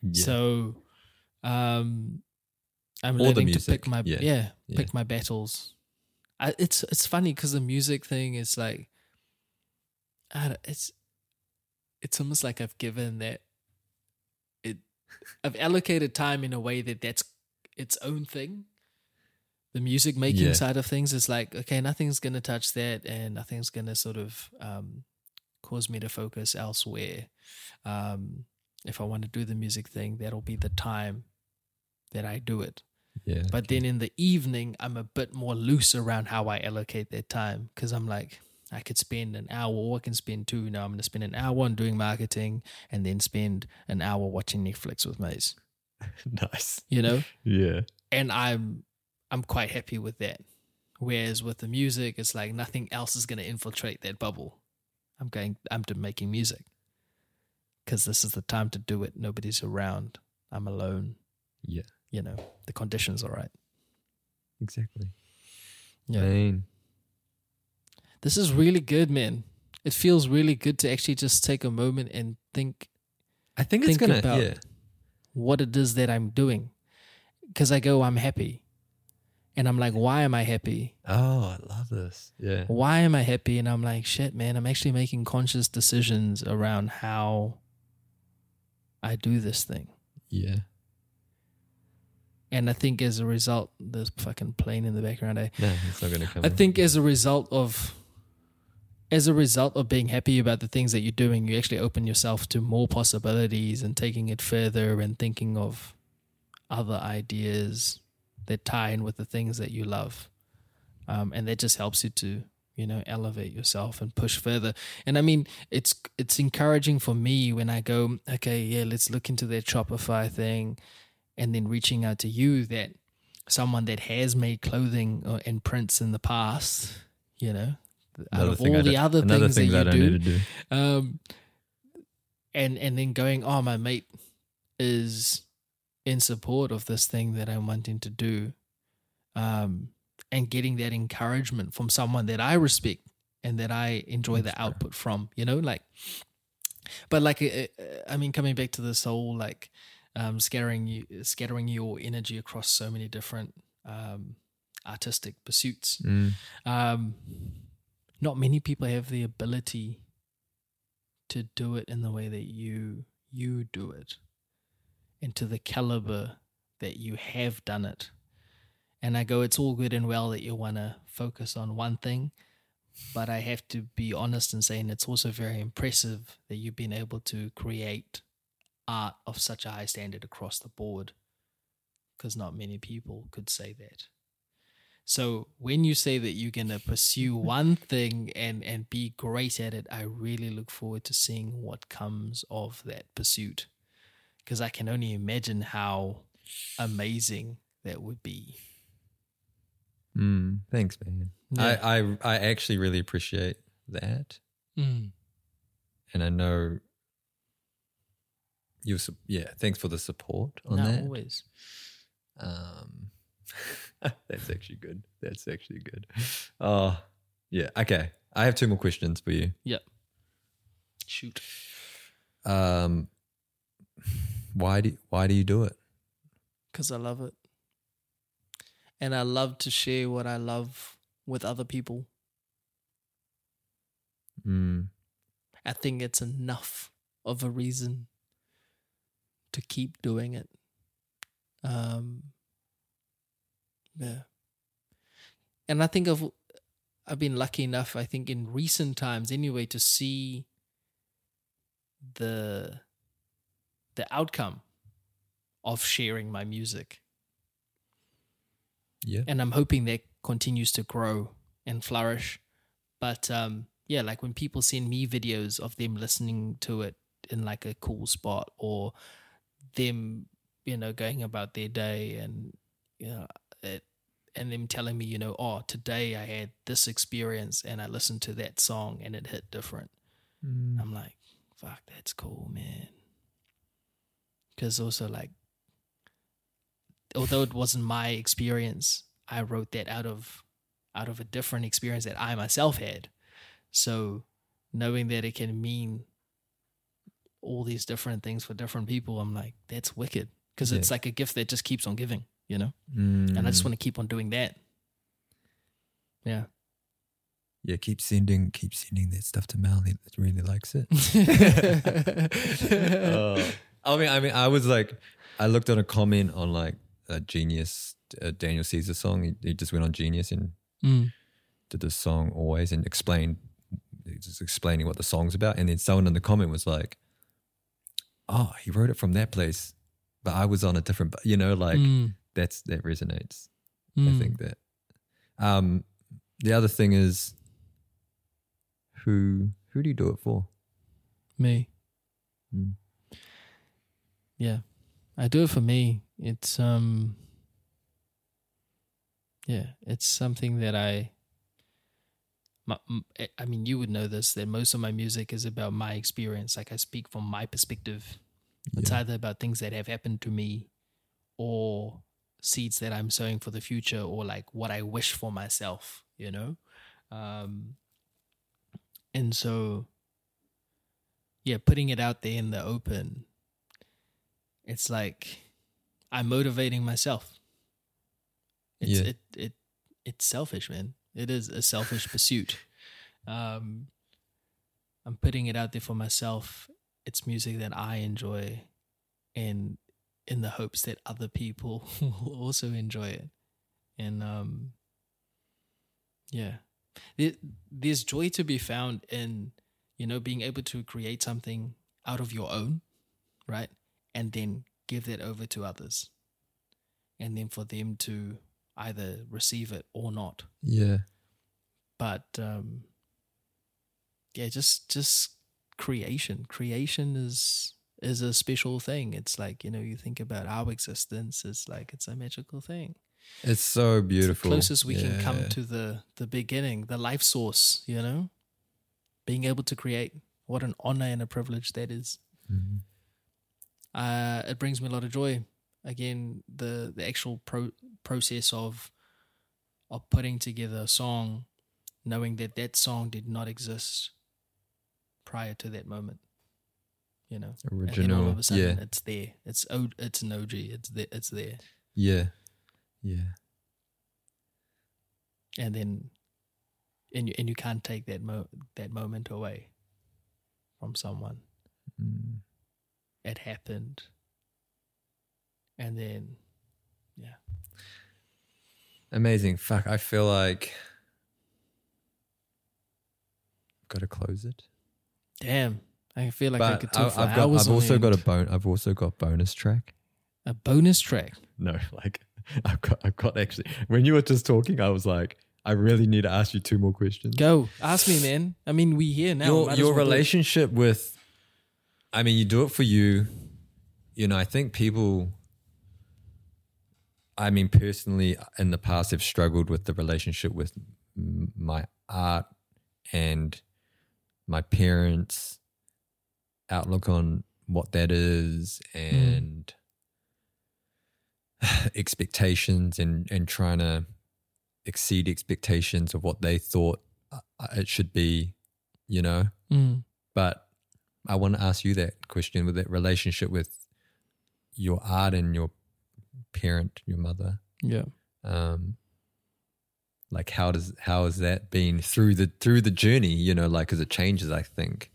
Speaker 1: Yeah.
Speaker 2: So, um, I'm
Speaker 1: Or the
Speaker 2: learning to
Speaker 1: music,
Speaker 2: pick my yeah,
Speaker 1: yeah,
Speaker 2: pick my battles. I, it's it's funny because the music thing is like, I don't, it's it's almost like I've given that it I've allocated time in a way that that's its own thing. The music making
Speaker 1: Yeah.
Speaker 2: side of things is like okay, nothing's gonna touch that, and nothing's gonna sort of um, cause me to focus elsewhere. Um, if I want to do the music thing, that'll be the time that I do it.
Speaker 1: yeah.
Speaker 2: But then in the evening, I'm a bit more loose around how I allocate that time because I'm like, I could spend an hour or I can spend two. Now I'm going to spend an hour on doing marketing and then spend an hour watching Netflix with Maze,
Speaker 1: nice.
Speaker 2: you know?
Speaker 1: Yeah.
Speaker 2: and I'm I'm quite happy with that. Whereas with the music, it's like nothing else is going to infiltrate that bubble. I'm going. I'm to making music because this is the time to do it. Nobody's around. I'm alone.
Speaker 1: Yeah.
Speaker 2: You know the conditions are right.
Speaker 1: Exactly.
Speaker 2: Yeah.
Speaker 1: Mean.
Speaker 2: This is really good, man. It feels really good to actually just take a moment and think
Speaker 1: I think, it's
Speaker 2: think
Speaker 1: gonna
Speaker 2: about
Speaker 1: yeah.
Speaker 2: what it is that I'm doing. Because I go, I'm happy. And I'm like, why am I happy?
Speaker 1: Oh, I love this. Yeah.
Speaker 2: why am I happy? And I'm like, shit, man, I'm actually making conscious decisions around how I do this thing.
Speaker 1: Yeah.
Speaker 2: And I think as a result, there's fucking plane in the background. I,
Speaker 1: No, it's not gonna come.
Speaker 2: I
Speaker 1: in.
Speaker 2: think as a result of as a result of being happy about the things that you're doing, you actually open yourself to more possibilities and taking it further and thinking of other ideas that tie in with the things that you love. Um, and that just helps you to, you know, elevate yourself and push further. And I mean, it's it's encouraging for me when I go, okay, yeah, let's look into that Shopify thing, and then reaching out to you that someone that has made clothing or, and prints in the past, you know, out
Speaker 1: Another
Speaker 2: of
Speaker 1: thing I
Speaker 2: all the
Speaker 1: don't-
Speaker 2: other
Speaker 1: another
Speaker 2: things that
Speaker 1: thing
Speaker 2: you
Speaker 1: I don't
Speaker 2: do,
Speaker 1: need to do.
Speaker 2: um, and and then going, oh, my mate is in support of this thing that I'm wanting to do, um, and getting that encouragement from someone that I respect and that I enjoy
Speaker 1: That's
Speaker 2: the
Speaker 1: fair.
Speaker 2: output from, you know, like. But like, uh, uh, I mean, coming back to this whole like um, scattering you, scattering your energy across so many different um, artistic pursuits
Speaker 1: Mm.
Speaker 2: um, not many people have the ability to do it in the way that you you do it and to the caliber that you have done it and i go it's all good and well that you want to focus on one thing but i have to be honest in saying it's also very impressive that you've been able to create art of such a high standard across the board because not many people could say that so when you say that you're gonna pursue one thing and and be great at it, I really look forward to seeing what comes of that pursuit, because I can only imagine how amazing that would be.
Speaker 1: Mm. Thanks, man. I, I I actually really appreciate that,
Speaker 2: Mm.
Speaker 1: and I know you. su- Yeah, thanks for the support on
Speaker 2: No,
Speaker 1: that.
Speaker 2: always.
Speaker 1: Um, that's actually good. That's actually good. Oh, yeah. Okay, I have two more questions for you.
Speaker 2: Shoot.
Speaker 1: Um, why do why do you do it?
Speaker 2: because I love it. And I love to share what I love with other people.
Speaker 1: Mm.
Speaker 2: I think it's enough of a reason to keep doing it. Um, yeah. And I think I've I've been lucky enough, I think in recent times anyway, to see the the outcome of sharing my music.
Speaker 1: Yeah.
Speaker 2: and I'm hoping that continues to grow and flourish. But um, yeah, like when people send me videos of them listening to it in like a cool spot or them, you know, going about their day and you know, it, and them telling me, you know, oh, today I had this experience and I listened to that song and it hit different. I'm like, fuck, that's cool, man. Because also, like, although it wasn't my experience, I wrote that out of out of a different experience that I myself had. So knowing that it can mean all these different things for different people, I'm like, that's wicked. Because it's like a gift that just keeps on giving, you know? And I just
Speaker 1: Mm.
Speaker 2: want to keep on doing that. Yeah.
Speaker 1: yeah, keep sending keep sending that stuff to Mel. He really likes it. Oh. I mean, I mean, I was like, I looked on a comment on like a Genius, uh Daniel Caesar song. He, he just went on Genius and
Speaker 2: Mm.
Speaker 1: did this song always and explained, just explaining what the song's about. And then someone in the comment was like, "Oh, he wrote it from that place, but I was on a different." bu-" You know, like
Speaker 2: Mm.
Speaker 1: that's that resonates. I
Speaker 2: Mm.
Speaker 1: think that. Um, the other thing is, who who do you do it for?
Speaker 2: me.
Speaker 1: Mm.
Speaker 2: Yeah, I do it for me. It's um, yeah, it's something that I. My, m- eh, I- I mean, you would know this that most of my music is about my experience. Like I speak from my perspective. It's
Speaker 1: Yeah.
Speaker 2: either about things that have happened to me, or seeds that I'm sowing for the future, or like what I wish for myself. You know, um, And so, yeah, putting it out there in the open, it's like I'm motivating myself. It's,
Speaker 1: Yeah.
Speaker 2: it it it's selfish, man. It is a selfish pursuit. Um, I'm putting it out there for myself. It's music that I enjoy, and in the hopes that other people will also enjoy it. And um, yeah, there, there's joy to be found in you know being able to create something out of your own, right? And then give that over to others, and then for them to either receive it or not
Speaker 1: Yeah.
Speaker 2: but um yeah just just creation creation is is a special thing it's like you know you think about our existence it's like it's a magical thing
Speaker 1: It's so
Speaker 2: It's
Speaker 1: beautiful.
Speaker 2: the closest we can come
Speaker 1: Yeah.
Speaker 2: to the the beginning the life source you know being able to create what an honor and a privilege that is
Speaker 1: Mhm.
Speaker 2: uh, it brings me a lot of joy. Again, the the actual pro- process of of putting together a song, knowing that that song did not exist prior to that moment, you know, and then all
Speaker 1: Original.
Speaker 2: of a
Speaker 1: yeah.
Speaker 2: sudden it's there. It's o- it's an OG. It's there. It's there.
Speaker 1: Yeah. Yeah.
Speaker 2: And then, and you and you can't take that mo- that moment away from someone.
Speaker 1: Mm.
Speaker 2: It happened, and then
Speaker 1: Amazing. Fuck. I feel like I've got to close it.
Speaker 2: damn. I feel like I
Speaker 1: but
Speaker 2: could
Speaker 1: I,
Speaker 2: talk for
Speaker 1: have got,
Speaker 2: hours
Speaker 1: I've
Speaker 2: on
Speaker 1: also got a
Speaker 2: end.
Speaker 1: bone. I've also got bonus track.
Speaker 2: a bonus track.
Speaker 1: No, like I've got, I've got actually. When you were just talking, I was like, I really need to ask you two more questions.
Speaker 2: Go ask me, man. I mean, we here now.
Speaker 1: your
Speaker 2: might as
Speaker 1: your
Speaker 2: well do it.
Speaker 1: relationship with, I mean, you do it for you. You know, I think people. I mean, personally, in the past, have struggled with the relationship with m- my art and my parents' outlook on what that is and expectations and and trying to exceed expectations of what they thought uh, it should be, you know.
Speaker 2: Mm.
Speaker 1: But I want to ask you that question with that relationship with your art and your parent, your mother.
Speaker 2: Yeah.
Speaker 1: Um, like how does how has that been through the through the journey? You know, like because it changes, I think,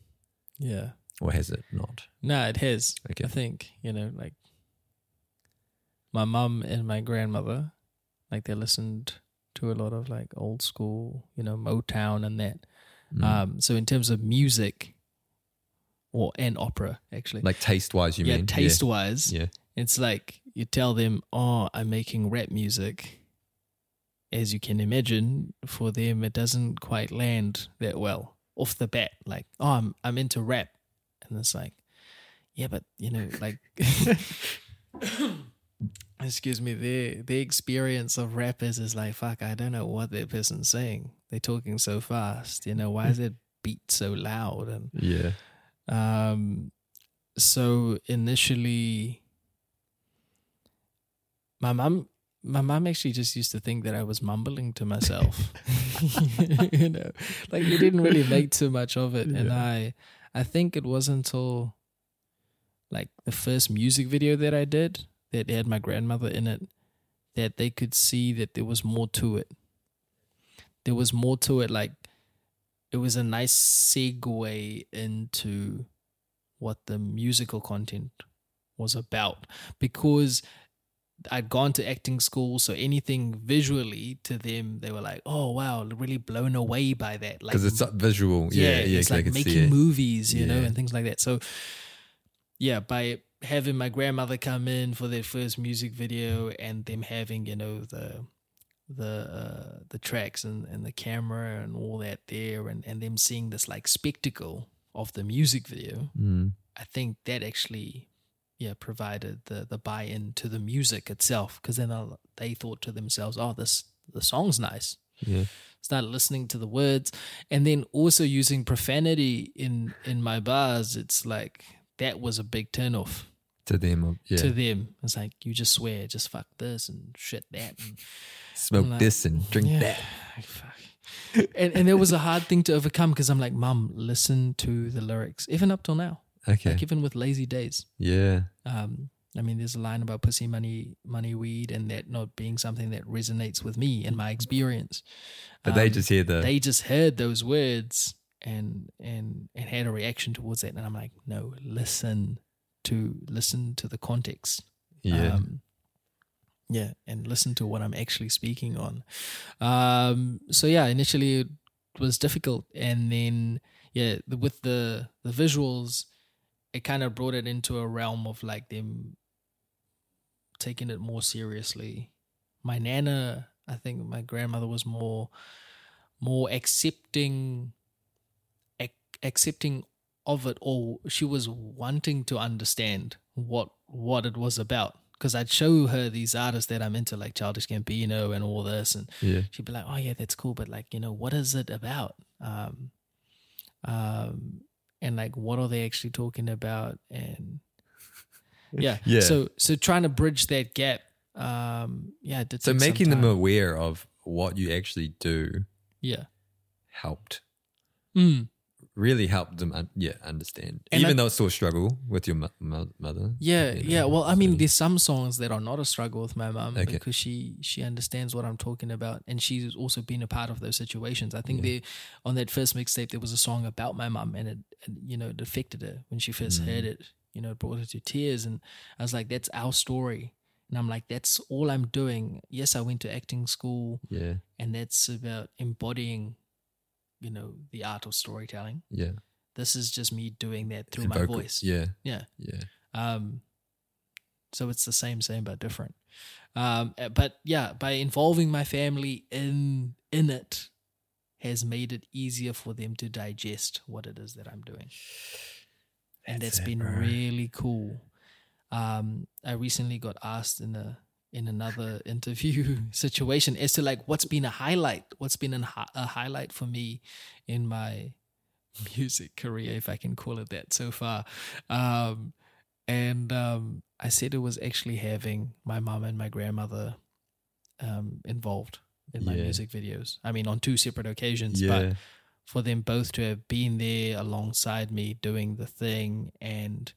Speaker 2: Yeah.
Speaker 1: or has it not?
Speaker 2: No, it has.
Speaker 1: Okay.
Speaker 2: I think, you know, like my mum and my grandmother, like they listened to a lot of like old school, you know, Motown and that.
Speaker 1: Mm.
Speaker 2: Um, so in terms of music or and opera actually.
Speaker 1: like taste wise, you
Speaker 2: yeah,
Speaker 1: mean?
Speaker 2: taste wise.
Speaker 1: Yeah. yeah.
Speaker 2: It's like you tell them, "Oh, I'm making rap music." As you can imagine, for them it doesn't quite land that well off the bat. Like, "Oh, I'm I'm into rap," and it's like, "Yeah, but you know, like." Excuse me, their their experience of rappers is like fuck, I don't know what that person's saying. They're talking so fast, you know, why is that beat so loud and
Speaker 1: Yeah.
Speaker 2: um, so initially, my mum, my mum actually just used to think that I was mumbling to myself. you know, like we didn't really make too much of it, and
Speaker 1: Yeah.
Speaker 2: I, I think it wasn't until, like the first music video that I did that had my grandmother in it, that they could see that there was more to it. There was more to it, like it was a nice segue into what the musical content was about because I'd gone to acting school, so anything visually to them, they were like, "Oh wow, really blown away by that." Like
Speaker 1: Because it's uh, visual.
Speaker 2: yeah,
Speaker 1: Yeah. Yeah.
Speaker 2: it's
Speaker 1: 'cause I
Speaker 2: like
Speaker 1: could see
Speaker 2: making
Speaker 1: it.
Speaker 2: movies, you know,
Speaker 1: Yeah.
Speaker 2: and things like that. So, yeah, by having my grandmother come in for their first music video and them having, you know, the the uh, the tracks and, and the camera and all that there, and and them seeing this like spectacle of the music video,
Speaker 1: Mm.
Speaker 2: I think that actually, yeah, provided the the buy in to the music itself because then they'll- they thought to themselves, "Oh, this the song's nice."
Speaker 1: Yeah.
Speaker 2: started listening to the words and then also using profanity in in my bars it's like that was a big turnoff
Speaker 1: to them. of- Yeah.
Speaker 2: to them. It's like you just swear, just fuck this and shit that. And
Speaker 1: Smoke
Speaker 2: like,
Speaker 1: this and drink that.
Speaker 2: Fuck. and and it was a hard thing to overcome because I'm like, Mum, listen to the lyrics, even up till now,
Speaker 1: Okay.
Speaker 2: like even with Lazy Days.
Speaker 1: yeah.
Speaker 2: Um, I mean, there's a line about pussy, money, money, weed, and that not being something that resonates with me and my experience.
Speaker 1: But they
Speaker 2: Um,
Speaker 1: just hear the
Speaker 2: they just heard those words and and and had a reaction towards that and i'm like no listen to listen to the context
Speaker 1: yeah.
Speaker 2: um, yeah and listen to what i'm actually speaking on um so yeah initially it was difficult and then yeah the- with the the visuals it kind of brought it into a realm of like them taking it more seriously my nana i think my grandmother was more more accepting ac- accepting of it all she was wanting to understand what what it was about because i'd show her these artists that i'm into like childish gambino and all this and
Speaker 1: yeah.
Speaker 2: she'd be like oh yeah that's cool but like you know what is it about um um and like what are they actually talking about and yeah
Speaker 1: Yeah.
Speaker 2: so so trying to bridge that gap um yeah it did
Speaker 1: So
Speaker 2: take some
Speaker 1: making them
Speaker 2: time.
Speaker 1: aware of what you actually do
Speaker 2: yeah
Speaker 1: helped.
Speaker 2: mm.
Speaker 1: Really helped them, un- yeah, understand.
Speaker 2: And
Speaker 1: Even
Speaker 2: I-
Speaker 1: though it's still a struggle with your mo- mo- mother.
Speaker 2: Yeah,
Speaker 1: you know,
Speaker 2: yeah. Well, I mean,
Speaker 1: so-
Speaker 2: there's some songs that are not a struggle with my mum
Speaker 1: Okay.
Speaker 2: because she she understands what I'm talking about, and she's also been a part of those situations. I think
Speaker 1: Yeah.
Speaker 2: there, on that first mixtape, there was a song about my mum, and it, and, you know it affected her when she first
Speaker 1: Mm.
Speaker 2: heard it. You know, it brought her to tears, and I was like, "That's our story," and I'm like, "That's all I'm doing." Yes, I went to acting school,
Speaker 1: Yeah.
Speaker 2: and that's about embodying, you know, the art of storytelling.
Speaker 1: Yeah.
Speaker 2: This is just me doing that through
Speaker 1: And
Speaker 2: my
Speaker 1: vocal-
Speaker 2: voice.
Speaker 1: Yeah.
Speaker 2: Yeah.
Speaker 1: Yeah.
Speaker 2: Um, so it's the same, same but different. Um, uh, but yeah, by involving my family in in it has made it easier for them to digest what it is that I'm doing, and
Speaker 1: That's
Speaker 2: that's
Speaker 1: it,
Speaker 2: been
Speaker 1: bro.
Speaker 2: really cool. Um, I recently got asked in a in another interview situation as to like what's been a highlight, what's been an, hi- a highlight for me in my music career, if I can call it that, so far. Um, and um, I said it was actually having my mum and my grandmother um, involved in my
Speaker 1: Yeah.
Speaker 2: music videos. I mean, on two separate occasions, but
Speaker 1: Yeah.
Speaker 2: for them both to have been there alongside me doing the thing and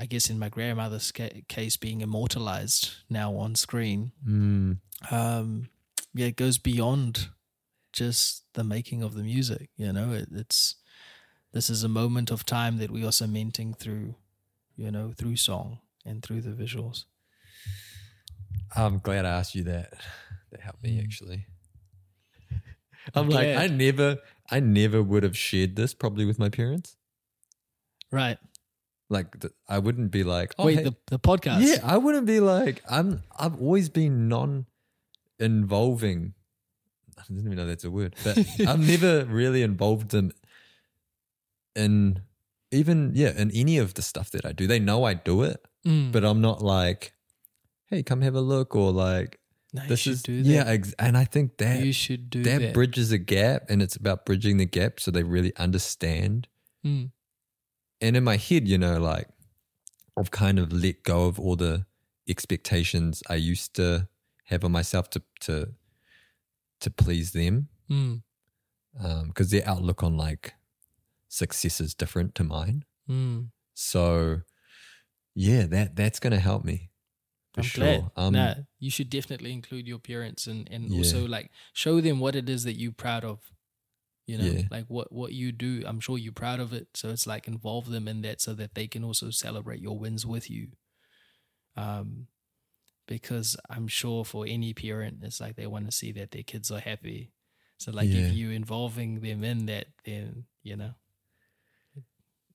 Speaker 2: i guess in my grandmother's ca- case being immortalized now on screen
Speaker 1: Mm.
Speaker 2: um yeah it goes beyond just the making of the music you know it, it's this is a moment of time that we are cementing through you know through song and through the visuals
Speaker 1: I'm glad I asked you that. That helped
Speaker 2: Hmm.
Speaker 1: me actually.
Speaker 2: I'm
Speaker 1: I'm, like,
Speaker 2: glad.
Speaker 1: I never, I never would have shared this probably with my parents.
Speaker 2: right
Speaker 1: Like, th- I wouldn't be like, oh,
Speaker 2: wait
Speaker 1: hey-
Speaker 2: the, the podcast
Speaker 1: yeah, I wouldn't be like, I'm. I've always been non-involving. I didn't even know that's a word, but I've never really involved them in even yeah in any of the stuff that I do. They know I do it,
Speaker 2: Mm.
Speaker 1: but I'm not like, hey, come have a look or like
Speaker 2: No, you
Speaker 1: this
Speaker 2: should
Speaker 1: is
Speaker 2: do
Speaker 1: yeah.
Speaker 2: that.
Speaker 1: Ex- and I think that
Speaker 2: you should do
Speaker 1: that,
Speaker 2: that,
Speaker 1: bridges a gap and it's about bridging the gap so they really understand
Speaker 2: Mm.
Speaker 1: and in my head you know like i've kind of let go of all the expectations i used to have on myself to to to please them
Speaker 2: Mm.
Speaker 1: because their outlook on like success is different to mine
Speaker 2: Mm.
Speaker 1: so yeah that that's gonna help me for
Speaker 2: I'm
Speaker 1: sure
Speaker 2: glad.
Speaker 1: um
Speaker 2: nah, you should definitely include your parents and and
Speaker 1: Yeah.
Speaker 2: also like show them what it is that you're proud of. You know,
Speaker 1: Yeah.
Speaker 2: like what what you do. I'm sure you're proud of it. So it's like involve them in that so that they can also celebrate your wins with you. Um, because I'm sure for any parent, it's like they want to see that their kids are happy. So like
Speaker 1: Yeah.
Speaker 2: if you involving them in that, then you know.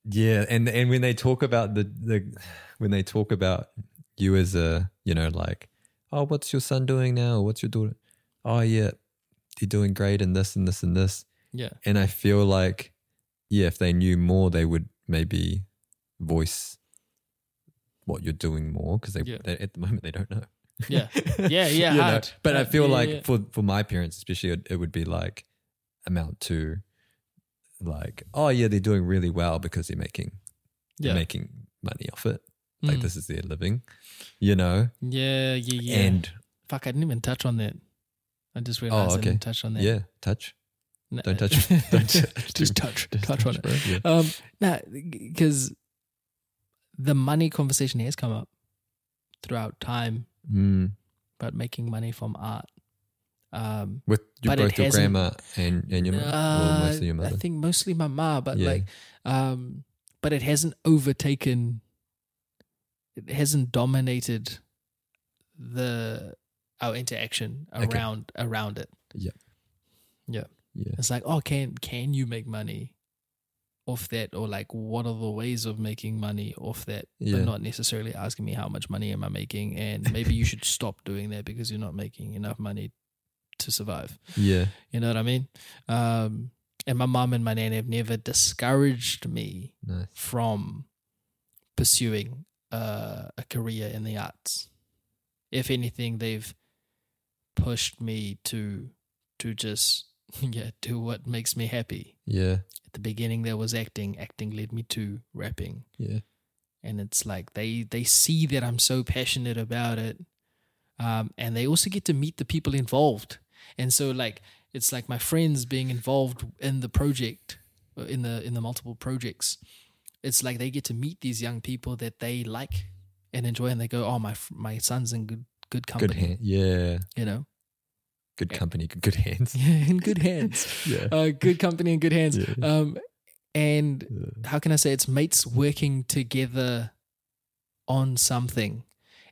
Speaker 1: Yeah, and and when they talk about the the when they talk about you as a you know like oh what's your son doing now what's your daughter oh yeah they're doing great and this and this and this
Speaker 2: Yeah.
Speaker 1: and I feel like yeah if they knew more they would maybe voice what you're doing more because they,
Speaker 2: Yeah.
Speaker 1: they at the moment they don't know
Speaker 2: Yeah. Yeah, yeah,
Speaker 1: You know,
Speaker 2: hard.
Speaker 1: but I
Speaker 2: Hard.
Speaker 1: feel
Speaker 2: Yeah,
Speaker 1: like
Speaker 2: yeah.
Speaker 1: for for my parents especially it, it would be like amount to like oh yeah they're doing really well because they're making
Speaker 2: Yeah.
Speaker 1: making money off it. Like
Speaker 2: Mm.
Speaker 1: this is their living, you know?
Speaker 2: Yeah, yeah, yeah.
Speaker 1: And
Speaker 2: Fuck, I didn't even touch on that. I just realized I
Speaker 1: Oh, okay.
Speaker 2: didn't touch on that.
Speaker 1: yeah, touch.
Speaker 2: No.
Speaker 1: Don't touch. Don't touch.
Speaker 2: just touch.
Speaker 1: Just
Speaker 2: touch, on it.
Speaker 1: bro. Yeah.
Speaker 2: Um, no, because the money conversation has come up throughout time
Speaker 1: Mm.
Speaker 2: about making money from art. Um,
Speaker 1: With your,
Speaker 2: But it
Speaker 1: both your
Speaker 2: hasn't-
Speaker 1: grandma and, and your mother? or
Speaker 2: uh,
Speaker 1: mostly your
Speaker 2: I
Speaker 1: mother?
Speaker 2: think mostly my ma, but
Speaker 1: Yeah.
Speaker 2: like, um, but it hasn't overtaken. It hasn't dominated the our interaction
Speaker 1: Okay.
Speaker 2: around around it.
Speaker 1: yeah.
Speaker 2: It's like, oh, can can you make money off that, or like, what are the ways of making money off that?
Speaker 1: Yeah.
Speaker 2: But not necessarily asking me how much money am I making, and maybe you should stop doing that because you're not making enough money to survive.
Speaker 1: Yeah.
Speaker 2: You know what I mean? Um, and my mom and my nan have never discouraged me
Speaker 1: Nice.
Speaker 2: from pursuing uh, a career in the arts. If anything, they've pushed me to to just yeah do what makes me happy.
Speaker 1: Yeah.
Speaker 2: At the beginning, there was acting. Acting led me to rapping,
Speaker 1: Yeah.
Speaker 2: and it's like they they see that I'm so passionate about it, um, and they also get to meet the people involved. And so like it's like my friends being involved in the project, uh, in the in the multiple projects it's like they get to meet these young people that they like and enjoy, and they go, "Oh, my f- my son's in good good company,"
Speaker 1: Good hand. Yeah.
Speaker 2: you know,
Speaker 1: Good company. Good, good hands.
Speaker 2: yeah, in good hands,
Speaker 1: Yeah.
Speaker 2: uh, good company and good hands.
Speaker 1: Yeah.
Speaker 2: Um, and
Speaker 1: Yeah.
Speaker 2: how can I say it's mates working together on something.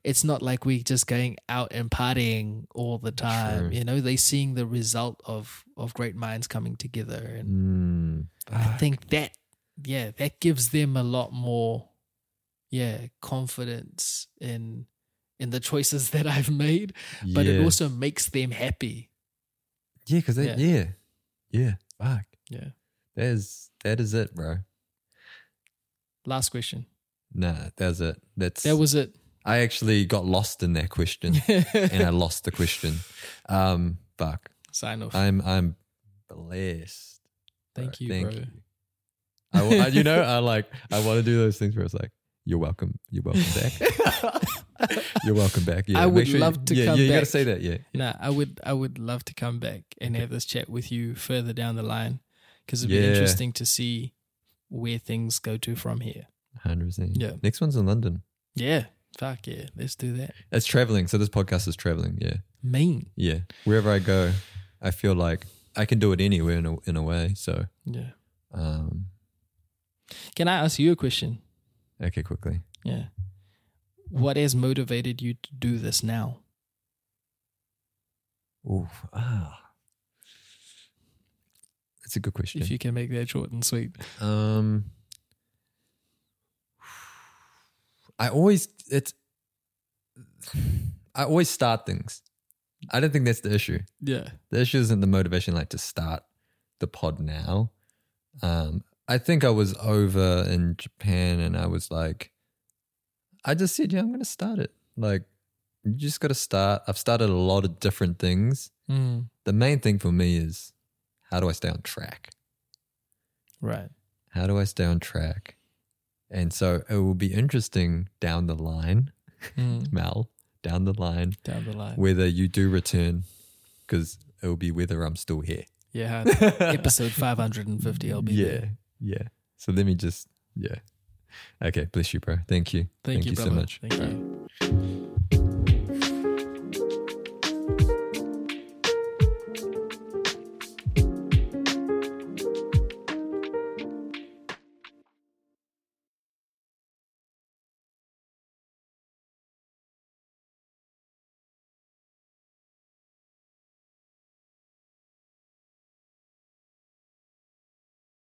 Speaker 2: It's not like we just going out and partying all the time,
Speaker 1: True.
Speaker 2: you know. They seeing the result of of great minds coming together, and
Speaker 1: Mm.
Speaker 2: I
Speaker 1: Fuck.
Speaker 2: think that yeah, that gives them a lot more yeah, confidence in in the choices that I've made, but
Speaker 1: yeah.
Speaker 2: it also makes them happy.
Speaker 1: Yeah, because yeah.
Speaker 2: Yeah.
Speaker 1: yeah. Yeah. Fuck.
Speaker 2: Yeah.
Speaker 1: That is that is it, bro.
Speaker 2: Last question.
Speaker 1: Nah, that's it. That's
Speaker 2: That was it.
Speaker 1: I actually got lost in that question and I lost the question. Um fuck.
Speaker 2: Sign off.
Speaker 1: I'm I'm blessed. bro.
Speaker 2: Thank you, bro.
Speaker 1: I, w- I- you know, I like I want to do those things where it's like, you're welcome. You're welcome back. You're welcome back. Yeah.
Speaker 2: I
Speaker 1: make
Speaker 2: would
Speaker 1: sure you-
Speaker 2: love to
Speaker 1: yeah,
Speaker 2: come
Speaker 1: yeah, you gotta
Speaker 2: back.
Speaker 1: say that, yeah.
Speaker 2: nah, I would I would love to come back and have this chat with you further down the line because it'd be
Speaker 1: Yeah.
Speaker 2: interesting to see where things go to from here.
Speaker 1: Hundred percent.
Speaker 2: Yeah.
Speaker 1: Next one's in London.
Speaker 2: Yeah. Fuck yeah. Let's do that.
Speaker 1: It's traveling. So this podcast is traveling, yeah.
Speaker 2: Mean.
Speaker 1: Yeah. Wherever I go, I feel like I can do it anywhere in a, in a way. So,
Speaker 2: Yeah.
Speaker 1: um,
Speaker 2: Can I ask you a question?
Speaker 1: okay, quickly.
Speaker 2: Yeah. What has motivated you to do this now?
Speaker 1: Ooh, ah. That's a good question.
Speaker 2: If you can make that short and sweet.
Speaker 1: um, I always, it's, I always start things. I don't think that's the issue.
Speaker 2: Yeah.
Speaker 1: the issue isn't the motivation like to start the pod now um i think i was over in japan and i was like i just said yeah i'm gonna start it like you just gotta start i've started a lot of different things
Speaker 2: Mm,
Speaker 1: the main thing for me is how do i stay on track
Speaker 2: right.
Speaker 1: how do i stay on track and so it will be interesting down the line
Speaker 2: Mm,
Speaker 1: mal down the line
Speaker 2: down the line.
Speaker 1: whether you do return because it will be whether i'm still here
Speaker 2: Yeah. Episode 550. I'll be
Speaker 1: yeah,
Speaker 2: there.
Speaker 1: yeah. So let me just, yeah. Okay, bless you, bro. Thank you.
Speaker 2: Thank, you, brother.
Speaker 1: so much.
Speaker 2: Thank you.